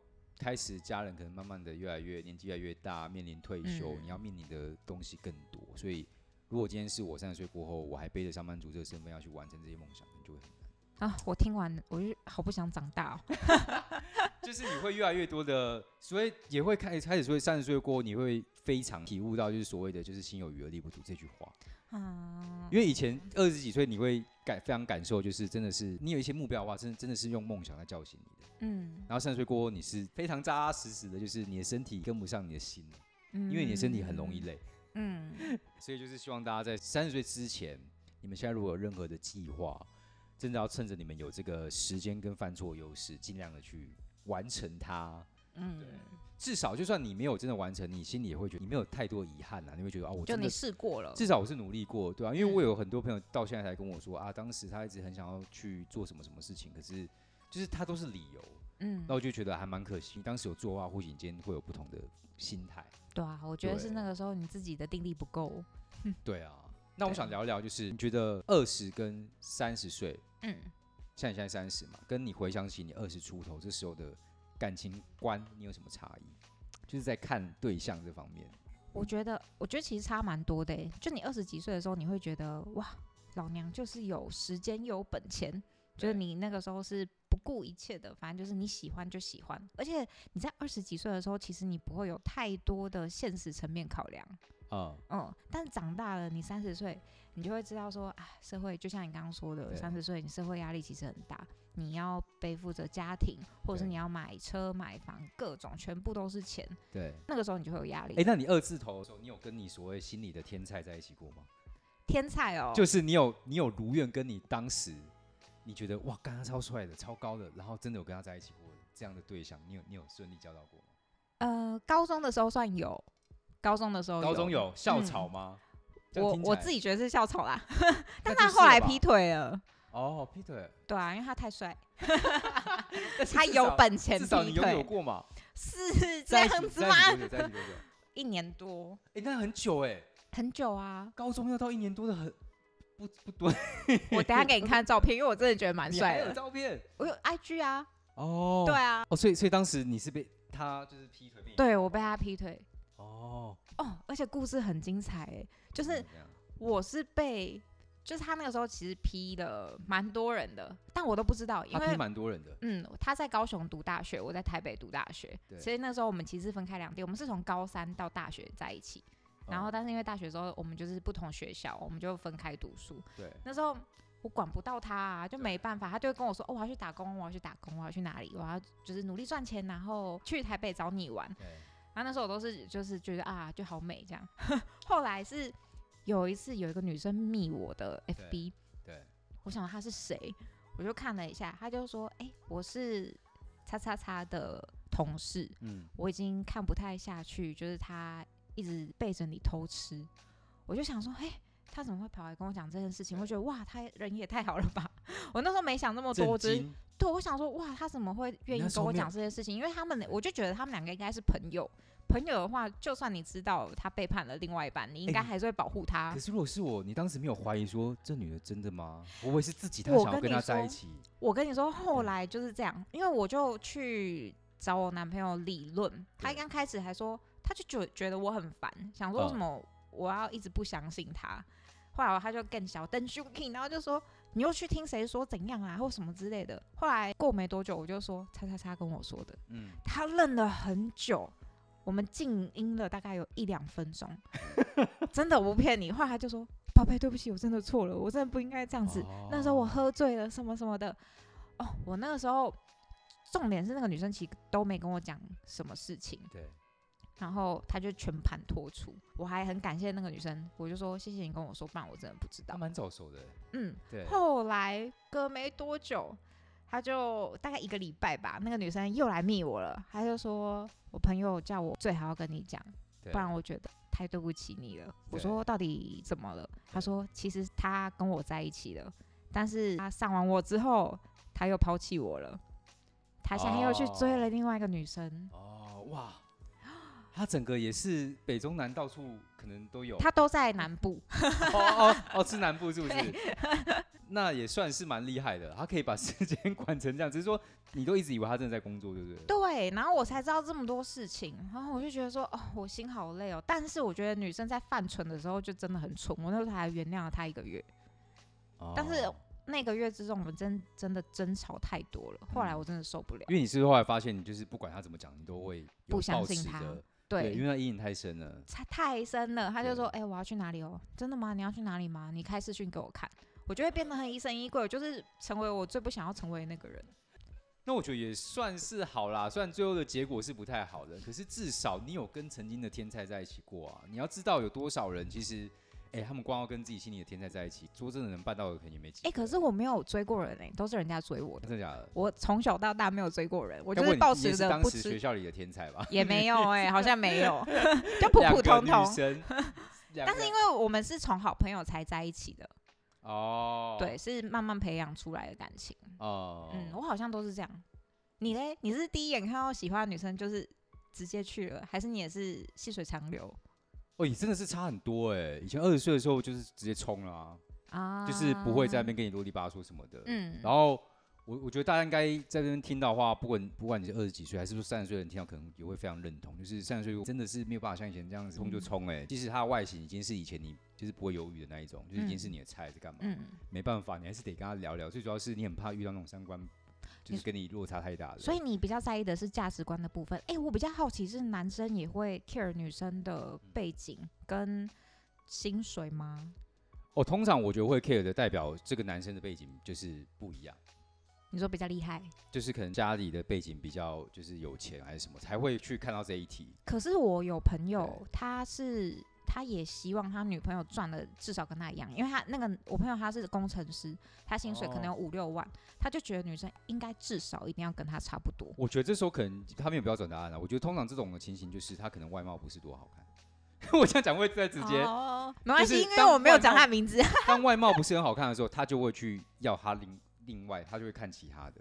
B: 开始家人可能慢慢的越来越年纪越来越大，面临退休，
A: 嗯
B: 你要面临的东西更多，所以如果今天是我三十岁过后，我还背着上班族这个身份要去完成这些梦想，可能就会很难。
A: 啊，我听完我就好不想长大哦。
B: 就是你会越来越多的，所以也会开开始说三十岁过后，你会非常体悟到就是所谓的就是心有余而力不足这句话。啊
A: 嗯，
B: 因为以前二十几岁你会感非常感受，就是真的是你有一些目标的话，真的真的是用梦想来叫醒你的。
A: 嗯，
B: 然后三十岁过后，你是非常扎扎实实的，就是你的身体跟不上你的心了，
A: 因
B: 因为你的身体很容易。累。
A: 嗯，
B: 所以就是希望大家在三十岁之前，你们现在如果有任何的计划，真的要趁着你们有这个时间跟犯错优势，尽量的去完成它。
A: 嗯，
B: 至少就算你没有真的完成，你心里也会觉得你没有太多遗憾啦，你会觉得啊，我
A: 就
B: 真
A: 你
B: 的
A: 试过了，嗯
B: 至少我是努力过，对啊，因为我有很多朋友到现在才跟我说啊，当时他一直很想要去做什么什么事情，可是就是他都是理由，
A: 嗯
B: 那，我就觉得还蛮可惜。你当时有做的话，或许你今天会有不同的心态。
A: 对啊，我觉得是
B: 对
A: 那个时候你自己的定力不够。
B: 对啊，那我
A: 对
B: 想聊聊，就是你觉得二十跟三十岁，
A: 嗯，
B: 像你现在三十嘛，跟你回想起你二十出头这时候的感情观，你有什么差异？就是在看对象这方面。
A: 我觉得，我觉得其实差蛮多的欸。就你二十几岁的时候，你会觉得哇，老娘就是有时间有本钱，就是
B: 对
A: 你那个时候是不顾一切的，反正就是你喜欢就喜欢。而且你在二十几岁的时候，其实你不会有太多的现实层面考量，
B: 啊、
A: 嗯。但长大了，你三十岁，你就会知道说，啊，社会就像你刚刚说的，
B: 对
A: 三十岁你社会压力其实很大，你要背负着家庭，或者是
B: 对
A: 你要买车买房，各种全部都是钱。
B: 对。
A: 那个时候你就会有压力。
B: 哎、那你二字头的时候，你有跟你所谓心理的天才在一起过吗？
A: 天才哦，
B: 就是你有你有如愿跟你当时你觉得哇，刚刚超帅的、超高的，然后真的有跟他在一起过的这样的对象，你有你有顺利交到过吗？
A: 呃，高中的时候算有，高中的时候
B: 高中有校
A: 嗯
B: 草吗？这样
A: 我
B: 听起
A: 我
B: 来
A: 自己觉得是校草啦，但
B: 那就
A: 他
B: 是
A: 后
B: 了
A: 来
B: 吧
A: 劈腿了。
B: 哦，Peter，
A: 对啊，因为他太帅，
B: 但 是
A: 他
B: 至
A: 有
B: 少
A: 本钱
B: 至少你
A: 劈
B: 拥有
A: 腿，
B: 过嘛？
A: 是这
B: 在一
A: 样
B: 起
A: 子
B: 在
A: 吗
B: 一？起多久？在一起多久？
A: 一年多，
B: 哎、那很久哎、
A: 很久啊。
B: 高中要到一年多的很不不多，
A: 我等一下给你看照片，因为我真的觉得蛮
B: 你
A: 帅
B: 还有
A: 的。
B: 照片
A: 我有 IG 啊，
B: 哦
A: 对啊，
B: 哦，所以所以当时你是被他就是劈腿被你
A: 对我被他劈腿
B: 哦，
A: 哦，而且故事很精彩、欸，就
B: 怎
A: 是
B: 么样
A: 我是被，就是他那个时候其实劈了蛮多人的，但我都不知道，因
B: 他
A: 为
B: 劈蛮多人的，
A: 嗯，他在高雄读大学，我在台北读大学，
B: 对
A: 所以那时候我们其实是分开两地，我们是从高三到大学在一起，然后
B: 哦
A: 但是因为大学之后我们就是不同学校，我们就分开读书。
B: 对。
A: 那时候我管不到他啊，就
B: 对
A: 没办法，他就会跟我说：“哦，我要去打工，我要去打工，我要去哪里，我要就是努力赚钱，然后去台北找你玩。
B: 对”
A: 然后啊那时候我都是就是觉得啊，就好美这样。 后来是有一次有一个女生密我的 FB，
B: 对，
A: 我想他是谁，我就看了一下，他就说：“哎、我是叉叉叉的同事，
B: 嗯，
A: 我已经看不太下去，就是他一直背着你偷吃。”我就想说：“哎、他怎么会跑来跟我讲这件事情？”我觉得哇，他人也太好了吧！ 我那时候没想那么多，我只是
B: 惊
A: 对我想说哇，他怎么会愿意
B: 你那时
A: 跟
B: 候
A: 我
B: 没有
A: 讲这些事情？因为他们，我就觉得他们两个应该是朋友。朋友的话，就算你知道他背叛了另外一半，你应
B: 哎
A: 该
B: 你
A: 还是会保护他
B: 可。是如果是我，你当时没有怀疑说这女的真的吗？会不会是自己她
A: 我
B: 想要
A: 跟
B: 跟
A: 你
B: 她在
A: 说
B: 一起？
A: 我跟你说，后来就是这样，因为我就去找我男朋友理论，他
B: 对
A: 刚开始还说，他就觉觉得我很烦，想说为
B: 嗯
A: 什么我要一直不相信他。后来他就更小灯 s h o k i n 然后就说你又去听谁说怎样啊，或什么之类的。后来过没多久，我就说叉叉叉跟我说的，
B: 嗯，
A: 他愣了很久，我们静音了大概有一两分钟，真的我不骗你。后来他就说宝贝，对不起，我真的错了，我真的不应该这样子。那时候我
B: 哦
A: 喝醉了，什么什么的。哦，我那个时候，重点是那个女生其实都没跟我讲什么事情，
B: 对，
A: 然后她就全盘托出。我还很感谢那个女生，我就说谢谢你跟我说，不然我真的不知
B: 她
A: 道。
B: 蛮早熟的，
A: 嗯，
B: 对，
A: 后来隔没多久，她就大概一个礼拜吧，那个女生又来密我了，她就说我朋友叫我最好要跟你讲，
B: 对
A: 不然我觉得。太对不起你了。我
B: 对
A: 说到底怎么了？他
B: 对
A: 说其实他跟我在一起了，但是他上完我之后，他又抛弃我了。他现在又去追了
B: 哦
A: 另外一个女生。
B: 哦，哇，它整个也是北中南到处可能都有。
A: 它都在南部，
B: 哦哦哦，是南部是不是？ 那也算是蛮厉害的，他可以把时间管成这样，只是说你都一直以为他真的在工作，对不对？
A: 对，然后我才知道这么多事情，然后我就觉得说，哦，我心好累哦。但是我觉得女生在犯蠢的时候就真的很蠢，我那时候还原谅了她一个月。
B: 哦
A: 但是那个月之中，我们真真的争吵太多了，后来
B: 嗯
A: 我真的受不了。
B: 因为你是不是后来发现，你就是不管他怎么讲，你都会有
A: 不相
B: 抱持
A: 信他
B: 着对，因
A: 对，
B: 为他阴影太深了。
A: 太太深了，他就说，
B: 对
A: 哎、我要去哪里哦？真的吗？你要去哪里吗？你开视讯给我看。我就会变得很疑神疑鬼，我就是成为我最不想要成为的那个人。
B: 那我觉得也算是好啦，虽然最后的结果是不太好的，可是至少你有跟曾经的天才在一起过啊。你要知道有多少人其实，哎、他们光要跟自己心里的天才在一起，说真的能办到的可能也没几
A: 哎、
B: 个。
A: 可是我没有追过人哎、都是人家追我的。
B: 真的假的？
A: 我从小到大没有追过人，我
B: 我
A: 就是抱
B: 你
A: 持
B: 也是
A: 着
B: 当
A: 不
B: 时学
A: 吃
B: 校里的天才吧？
A: 也没有哎、好像没有， 就 普普通
B: 两个
A: 通
B: 女。生，两
A: 但
B: 个
A: 是因为我们是从好朋友才在一起的，
B: 哦，
A: 对，是慢慢培养出来的感情。
B: 哦，
A: 嗯，我好像都是这样。你嘞？你是第一眼看到喜欢的女生就是直接去了，还是你也是细水长流
B: 哦，也真的是差很多哎、以前二十岁的时候就是直接冲了、啊，
A: 啊？
B: 就是不会在那边跟你啰里吧嗦什么的。
A: 嗯，
B: 然后我我觉得大家应该在这边听到的话，不管不管你是二十几岁还是说三十岁的人听到，可能也会非常认同。就是三十岁如果真的是没有办法像以前这
A: 嗯
B: 样子冲就冲哎、即使他的外形已经是以前你就是不会犹豫的那一种，就是已经是你的菜是干嘛？
A: 嗯，
B: 没办法，你还是得跟他聊聊。最主要是你很怕遇到那种三观就
A: 你
B: 是跟你落差太大的人。
A: 嗯所以你比较在意的是价值观的部分。哎、我比较好奇是男生也会 care 女生的背景跟薪水吗？
B: 哦，通常我觉得会 care 的代表这个男生的背景就是不一样。
A: 你说比较厉害，
B: 就是可能家里的背景比较就是有钱还是什么，才会去看到这一题。
A: 可是我有朋友，他是他也希望他女朋友赚的至少跟他一样，因为他那个我朋友他是工程师，他薪水可
B: 哦
A: 能有五六万，他就觉得女生应该至少一定要跟他差不多。
B: 我觉得这时候可能他没有标准答案了、我觉得通常这种的情形就是他可能外貌不是多好看。 我这样讲会再直接，
A: 哦，没关系，
B: 就是
A: 因为
B: 当
A: 我没有
B: 外
A: 讲
B: 貌
A: 他的名字。
B: 当外貌不是很好看的时候，他就会去要他另另外，他就会看其他的。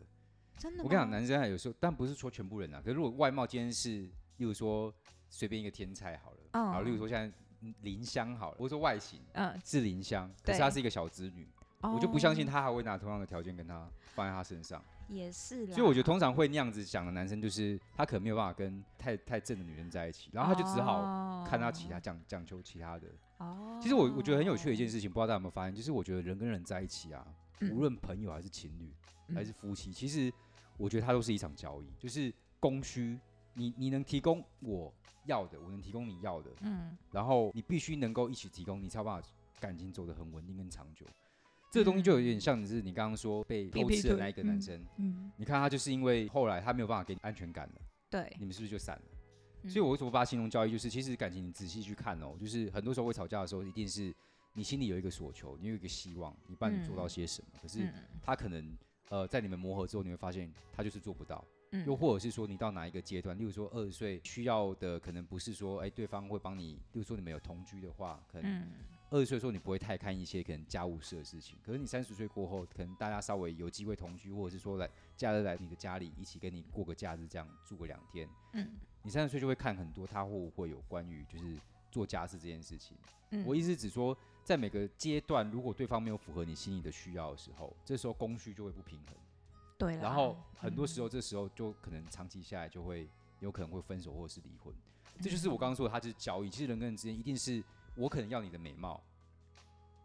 A: 真的吗？
B: 我跟你讲，男生还有时候，但不是说全部人啊。可是如果外貌今天是，例如说随便一个天才好了，
A: 嗯
B: 好，例如说现在嗯林香好了，我说外形
A: 嗯，
B: 是林香，可
A: 对
B: 是她是一个小资女，
A: 哦
B: 我就不相信他还会拿同样的条件跟她放在她身上。
A: 也是啦。
B: 所以我觉得通常会那样子想的男生，就是他可能没有办法跟太太正的女人在一起，然后他就只好
A: 好
B: 看他其他。讲讲求其他的。
A: 哦，
B: 其实我我觉得很有趣的一件事情，不知道大家有没有发现，就是我觉得人跟人在一起啊，
A: 嗯
B: 无论朋友还是情侣
A: 嗯
B: 还是夫妻，其实我觉得它都是一场交易，就是供需，你你能提供我要的，我能提供你要的，
A: 嗯，
B: 然后你必须能够一起提供，你才有办法感情走得很稳定跟长久。这个东西就有点像你是你刚刚说被
A: 被
B: 偷
A: 劈
B: 吃的
A: 腿
B: 那一个男
A: 嗯
B: 生，
A: 嗯，
B: 你看他就是因为后来他没有办法给你安全感了，
A: 对，
B: 你们是不是就散了？
A: 嗯
B: 所以我为什么把它形容交易，就是其实感情你仔细去看哦，就是很多时候会吵架的时候，一定是你心里有一个所求，你有一个希望，你伴侣做到
A: 嗯
B: 些什么，可是
A: 嗯
B: 他可能呃在你们磨合之后，你会发现他就是做不到，
A: 嗯
B: 又或者是说你到哪一个阶段，例如说二十岁需要的可能不是说哎对方会帮你，例如说你们有同居的话，可能
A: 嗯
B: 二十岁的时候你不会太看一些可能家务事的事情，可是你三十岁过后，可能大家稍微有机会同居，或者是说来假日来你的家里一起跟你过个假日，这样住个两天，
A: 嗯
B: 你三十岁就会看很多他会不会有关于就是做家事这件事情。
A: 嗯，
B: 我意思是指说，在每个阶段，如果对方没有符合你心里的需要的时候，这时候供需就会不平衡，
A: 对啦，
B: 然后很多时
A: 嗯
B: 候这时候就可能长期下来就会有可能会分手或者是离婚。这就是我刚刚说的，它就是交易。其实人跟人之间一定是我可能要你的美貌，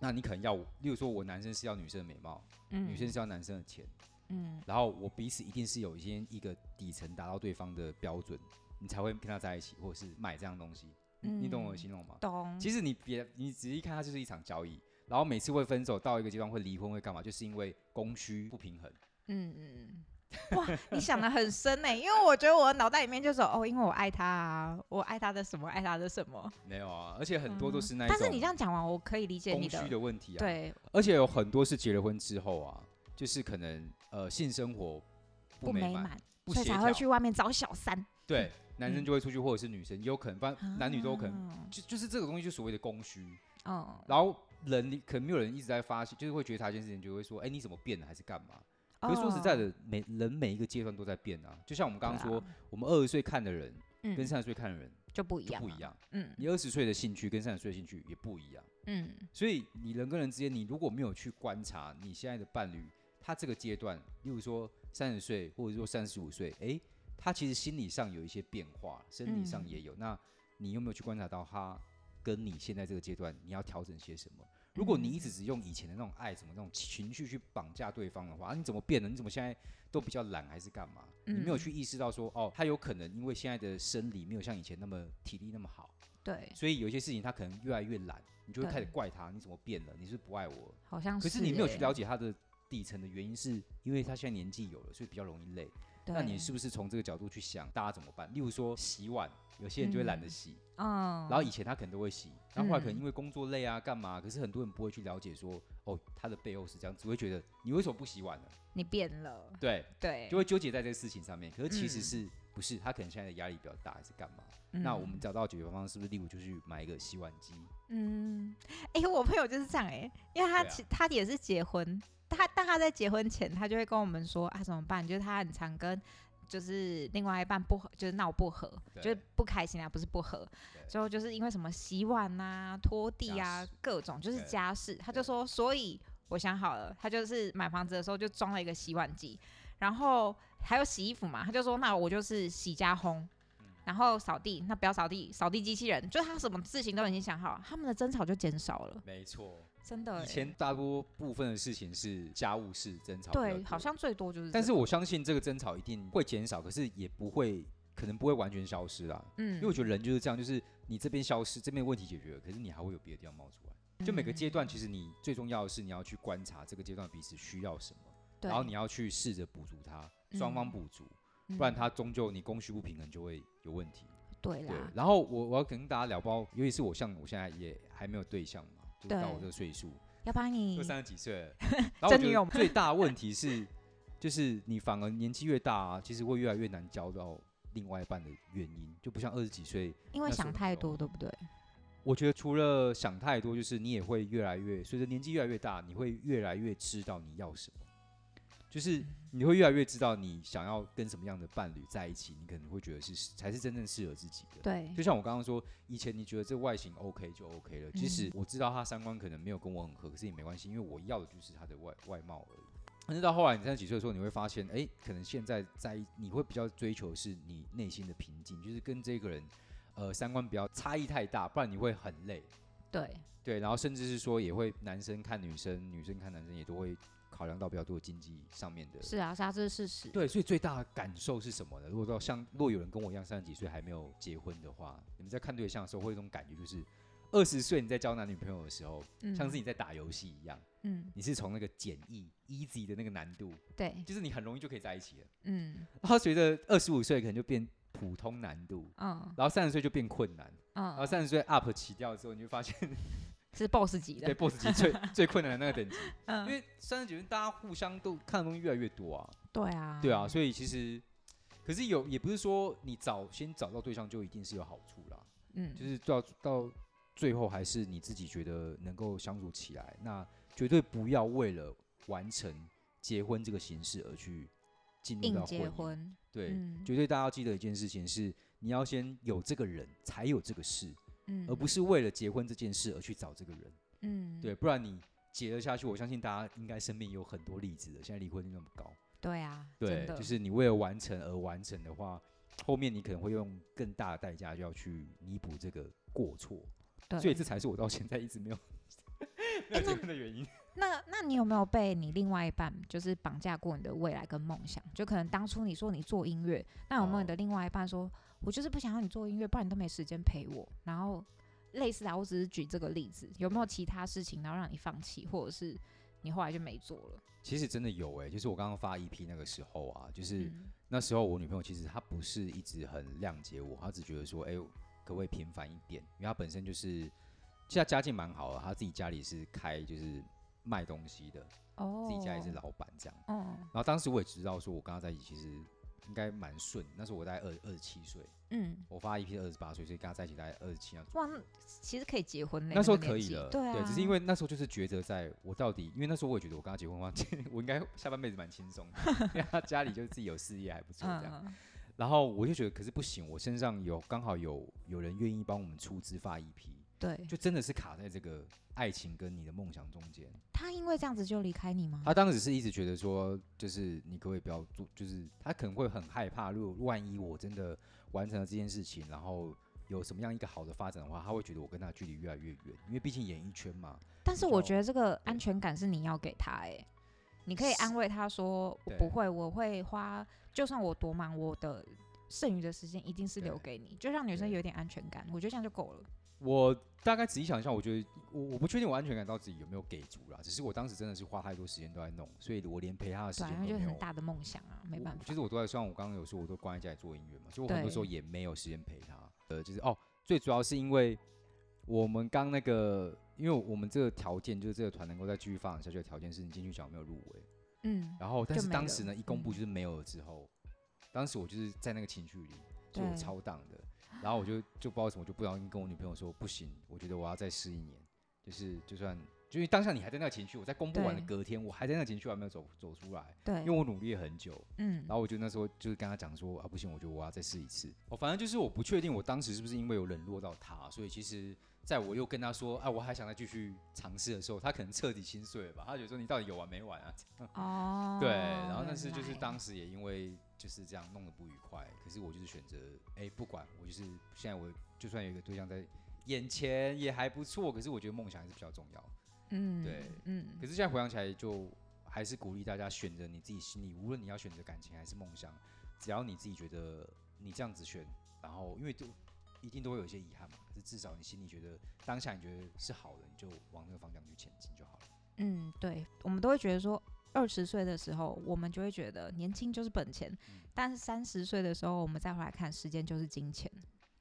B: 那你可能要我，例如说我男生是要女生的美貌，女生是要男生的钱，
A: 嗯
B: 然后我彼此一定是有一些一个底层达到对方的标准，你才会跟他在一起，或者是买这样东西。你你懂我的
A: 嗯
B: 形容吗？
A: 懂，
B: 其实你别你仔细看，它就是一场交易。然后每次会分手，到一个阶段会离婚，会干嘛？就是因为供需不平衡。
A: 嗯嗯嗯，哇，你想的很深呢、 因为我觉得我的脑袋里面就是哦，因为我爱他啊，我爱他的什么，爱他的什么，
B: 没有啊，而且很多都
A: 嗯
B: 是 那一种
A: 但是你这样讲完，我可以理解你
B: 供
A: 的，
B: 需的问题啊。，
A: 对，
B: 而且有很多是结了婚之后啊，就是可能呃性生活不
A: 不
B: 美
A: 美
B: 满、
A: 满，
B: 不
A: 所
B: 协
A: 以才会
B: 调，
A: 去外面找小三，
B: 对男生
A: 嗯啊
B: 就会出去，或者是女生也有可能，反正男女都有可能，
A: 能，
B: 就就是这个东西就所谓的供需。
A: 嗯，
B: 然后人你可能没有人一直在发现，就是会觉察一件事情，就会说，哎，你怎么变了，还是干嘛？可是说实在
A: 哦，
B: 的，每人每一个阶段都在变啊。就像我们刚刚
A: 对
B: 说
A: 啊，
B: 我们二十岁看的人，
A: 嗯
B: 跟三十岁看的人
A: 就不一
B: 就
A: 样，
B: 不一，样。
A: 嗯
B: 你二十岁的兴趣跟三十岁的兴趣也不一样。
A: 嗯
B: 所以你人跟人之间，你如果没有去观察你现在的伴侣，他这个阶段，例如说三十岁或者说三十五岁，诶，他其实心理上有一些变化，生理上
A: 嗯
B: 也有。那你有没有去观察到他跟你现在这个阶段，你要调整些什么？
A: 嗯
B: 如果你一直只用以前的那种爱，什么那种情绪去绑架对方的话，啊、你怎么变了？你怎么现在都比较懒，还是干嘛？你没有
A: 嗯
B: 去意识到说，哦，他有可能因为现在的生理没有像以前那么体力那么好，
A: 对，
B: 所以有一些事情他可能越来越懒，你就会
A: 对
B: 开始怪他，你怎么变了？你是不是不爱我了？
A: 好像
B: 可是你没有去
A: 欸
B: 了，解他的底层的原因，是因为他现在年纪有了，所以比较容易累。那
A: 对
B: 你是不是从这个角度去想，大家怎么办？例如说洗碗，有些人就会懒得
A: 嗯
B: 洗，
A: 嗯，
B: 然后以前他可能都会洗，然后后来可能
A: 嗯
B: 因为工作累啊，干嘛？可是很多人不会去了解说，哦，他的背后是这样，只会觉得你为什么不洗碗呢？
A: 你变了，
B: 对，
A: 对，
B: 就会纠结在这个事情上面。可是其实
A: 嗯
B: 是不是他可能现在的压力比较大，还是干嘛？
A: 嗯
B: 那我们找到解决方案，是不是例如就去买一个洗碗机？
A: 嗯，哎、我朋友就是这样哎、因为他
B: 对啊
A: 其、他也是结婚，他但他在结婚前，他就会跟我们说啊怎么办？就是他很常跟就是另外一半不合，就是闹不和，就是
B: 对
A: 不开心啊，不是不和，
B: 对
A: 最后就是因为什么洗碗啊、拖地
B: 家
A: 啊
B: 事
A: 各种就是
B: 对
A: 家事，他就
B: 对
A: 说所以我想好了，他就是买房子的时候就装了一个洗碗机，然后还有洗衣服嘛，他就说那我就是洗加烘，
B: 嗯
A: 然后扫地，那不要扫地，扫地机器人，就是他什么事情都已经想好，他们的争吵就减少了，
B: 没错，
A: 真的欸、
B: 以前大多部分的事情是家务事争吵，
A: 对，好。像最多就是这个，
B: 但是我相信这个争吵一定会减少，可是也不会，可能不会完全消失啦。
A: 嗯，
B: 因为我觉得人就是这样，就是你这边消失，这边问题解决了，可是你还会有别的地方冒出来。
A: 得
B: 就每个阶段，其实你最重要的是你要去观察这个阶段彼此需要什么，
A: 对，
B: 然后你要去试着补足它，双方
A: 嗯
B: 补足，
A: 嗯
B: 不然它终究你供需不平衡就会有问题。
A: 对啊
B: 对
A: 啦，，
B: 然后我我要跟大家聊包，尤其是我像我现在也还没有对象嘛，就是到我
A: 对
B: 这个岁数，
A: 要不然你
B: 都三十几岁 了，然后我
A: 真女
B: 觉
A: 友
B: 得
A: 吗
B: 最大的问题是， 就是你反而年纪越大、啊，其实会越来越难交到另外一半的原因，就不像二十几岁，
A: 因为
B: 那时候哦
A: 想
B: 的
A: 太
B: 时候
A: 多，对不对？
B: 我觉得除了想太多，就是你也会越来越随着年纪越来越大，你会越来越知道你要什么，就是
A: 嗯
B: 你会越来越知道你想要跟什么样的伴侣在一起，你可能会觉得是才是真正适合自己的。
A: 对
B: 就，像我刚刚说，以前你觉得这外形 OK 就 OK 了，即使我知道他三观可能没有跟我很合，可是也没关系，因为我要的就是他的外外貌而已。但是到后来你三十几岁的时候，你会发现，哎，可能现在在意你会比较追求是你内心的平静，就是跟这个人，呃，三观不要差异太大，不然你会很累。
A: 对，
B: 对，然后甚至是说也会男生看女生，女生看男生也都会考量到比较多经济上面的
A: 是啊，是啊，这是事实。
B: 对，所以最大的感受是什么呢？如果到像，如果有人跟我一样三十几岁还没有结婚的话，你们在看对象的时候会有一种感觉，就是二十岁你在交男女朋友的时候，
A: 嗯，
B: 像是你在打游戏一样，
A: 嗯，
B: 你是从那个简易 easy 的那个难度，
A: 对，
B: 就是你很容易就可以在一起了。
A: 嗯
B: 然后随着二十五岁可能就变普通难度，
A: 嗯
B: 然后三十岁就变困难，然后
A: 嗯，
B: 三十岁 up 起调之后，你就发现
A: 是 boss 级
B: 对
A: 的，
B: boss 级最最困难的那个等级，因
A: 嗯，
B: 为三十几岁大家互相都看的东西越来越多啊。
A: 对啊，
B: 对啊，所以其实，可是有也不是说你找先找到对象就一定是有好处啦，
A: 嗯，
B: 就是到到最后还是你自己觉得能够相处起来，那绝对不要为了完成结婚这个形式而去进入
A: 硬
B: 到婚
A: 结
B: 姻。
A: 婚，
B: 对，
A: 嗯
B: 绝对大家要记得一件事情是，你要先有这个人才有这个事，
A: 嗯，
B: 而不是为了结婚这件事而去找这个人。
A: 嗯，
B: 对，不然你结了下去，我相信大家应该身边有很多例子的，现在离婚率那么高。
A: 对啊，真
B: 对，
A: 的
B: 就是你为了完成而完成的话，后面你可能会用更大的代价就要去弥补这个过错，
A: 对
B: 所以这才是我到现在一直 没有没有结婚的原因。
A: 那那你有没有被你另外一半就是绑架过你的未来跟梦想？就可能当初你说你做音乐，那有没有你的
B: 哦
A: 另外一半说，我就是不想要你做音乐，不然你都没时间陪我，然后类似啊的，我只是举这个例子，有没有其他事情然后让你放弃，或者是你后来就没做了？
B: 其实真的有诶、就是我刚刚发 EP 那个时候啊，就是
A: 嗯
B: 那时候我女朋友其实她不是一直很谅解我，她只觉得说，哎、可不可以平凡一点？因为她本身就是，其实她家境蛮好的，她自己家里是开就是卖东西的，
A: 哦，
B: 自己家里是老板这样。
A: 哦，
B: 然后当时我也知道，说我跟他在一起其实应该蛮顺。那时候我大概二二十七岁，
A: 嗯，
B: 我发一 E 批二十八岁，所以跟他在一起大概二十七样啊左
A: 哇，
B: 右。
A: 那其实可以结婚嘞，
B: 那时候
A: 个年
B: 可以
A: 纪
B: 了，
A: 对啊，
B: 只是因为那时候就是抉择，在我到底，因为那时候我也 觉得我跟他结婚的话，我应该下半辈子蛮轻松的，因为他家里就自己有事业还不错这样。
A: 嗯
B: 然后我就觉得，可是不行，我身上有刚好有有人愿意帮我们出资发一批，
A: 对
B: 就真的是卡在这个爱情跟你的梦想中间。
A: 他因为这样子就离开你吗？
B: 他当时是一直觉得说，就是你可不可以不要做，就是他可能会很害怕，如果万一我真的完成了这件事情，然后有什么样一个好的发展的话，他会觉得我跟他距离越来越远，因为毕竟演艺圈嘛，
A: 但是我
B: 就
A: 觉得这个
B: 对
A: 安全感是你要给他哎、你可以安慰他说我
B: 对
A: 不会，我会花，就算我多忙，我的剩余的时间一定是留给你，就让女生
B: 对
A: 有点安全感，我觉得这样就够了。
B: 我大概仔细想一下，我觉得我我不确定我安全感到底有没有给足啦，只是我当时真的是花太多时间都在弄，所以我连陪他的时
A: 对啊，
B: 间
A: 那
B: 都
A: 就
B: 没
A: 很
B: 有。
A: 大的梦想啊，没办法
B: 其。实我都在，像我刚刚有说，我都关在家里做音乐嘛，所以我很多
A: 对
B: 时候也没有时间陪他。呃，就是哦，最主要是因为我们刚那个，因为我们这个条件就是这个团能够再继续发展下去的条件是你金曲奖没有入围，
A: 嗯，
B: 然后但
A: 就是没
B: 当
A: 了
B: 时呢一公布
A: 嗯
B: 就是没有了之后，当时我就是在那个情绪里，所以我
A: 对
B: 超荡的，然后我就就不知道为什么，我就不小心跟我女朋友说不行，我觉得我要再试一年，就是就算就因为当下你还在那个情绪，我在公布完的
A: 对
B: 隔天我还在那个情绪我还没有走走出来，
A: 对
B: 因，为我努力了很久，
A: 嗯
B: 然，后我就那时候就是跟他讲说啊，不行，我觉得我要再试一次。哦，反正就是我不确定我当时是不是因为有冷落到他，所以其实在我又跟他说啊，我还想再继续尝试的时候，他可能彻底心碎了吧？他觉得说你到底有完没完啊？
A: 哦，
B: 对，然后但
A: 原
B: 是就是
A: 来
B: 当时也因为就是这样弄得不愉快，可是我就是选择哎不管，我就是现在我就算有一个对象在眼前也还不错，可是我觉得梦想还是比较重要。
A: 嗯，
B: 对
A: 嗯
B: 可，是现在回想起来，就还是鼓励大家选择你自己心里，无论你要选择感情还是梦想，只要你自己觉得你这样子选，然后因为都一定都会有一些遗憾嘛，可是至少你心里觉得当下你觉得是好的，你就往那个方向去前进就好了。
A: 嗯，对，我们都会觉得说，二十岁的时候，我们就会觉得年轻就是本钱，
B: 嗯
A: 但是三十岁的时候，我们再回来看，时间就是金钱。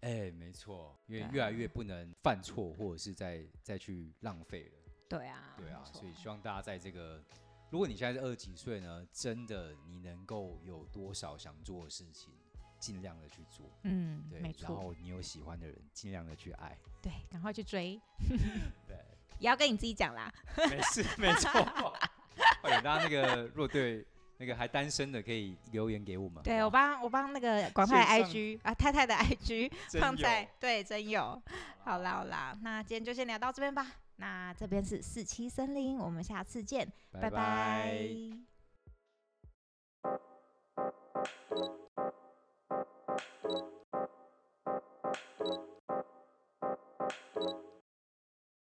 B: 哎、没错，因为
A: 对啊
B: 越来越不能犯错，或者是再再去浪费了。
A: 对啊，
B: 对
A: 没
B: 啊，
A: 错
B: 所以希望大家在这个，如果你现在是二十几岁呢，真的你能够有多少想做的事情，尽量的去做。
A: 嗯，
B: 对，
A: 没
B: 然
A: 错，
B: 后你有喜欢的人，尽量的去爱。
A: 对，赶快去追，
B: 对，
A: 也要跟你自己讲啦。
B: 没事，没 错。快点，大家那个若对那个还单身的，可以留言给我们。
A: 对我
B: 好不
A: 帮我帮那个广泰的 IG 啊，太太的 IG
B: 好
A: 放在对真有。好啦好啦，那今天就先聊到这边吧。那这边是四期森林，我们下次见，
B: 拜
A: 拜拜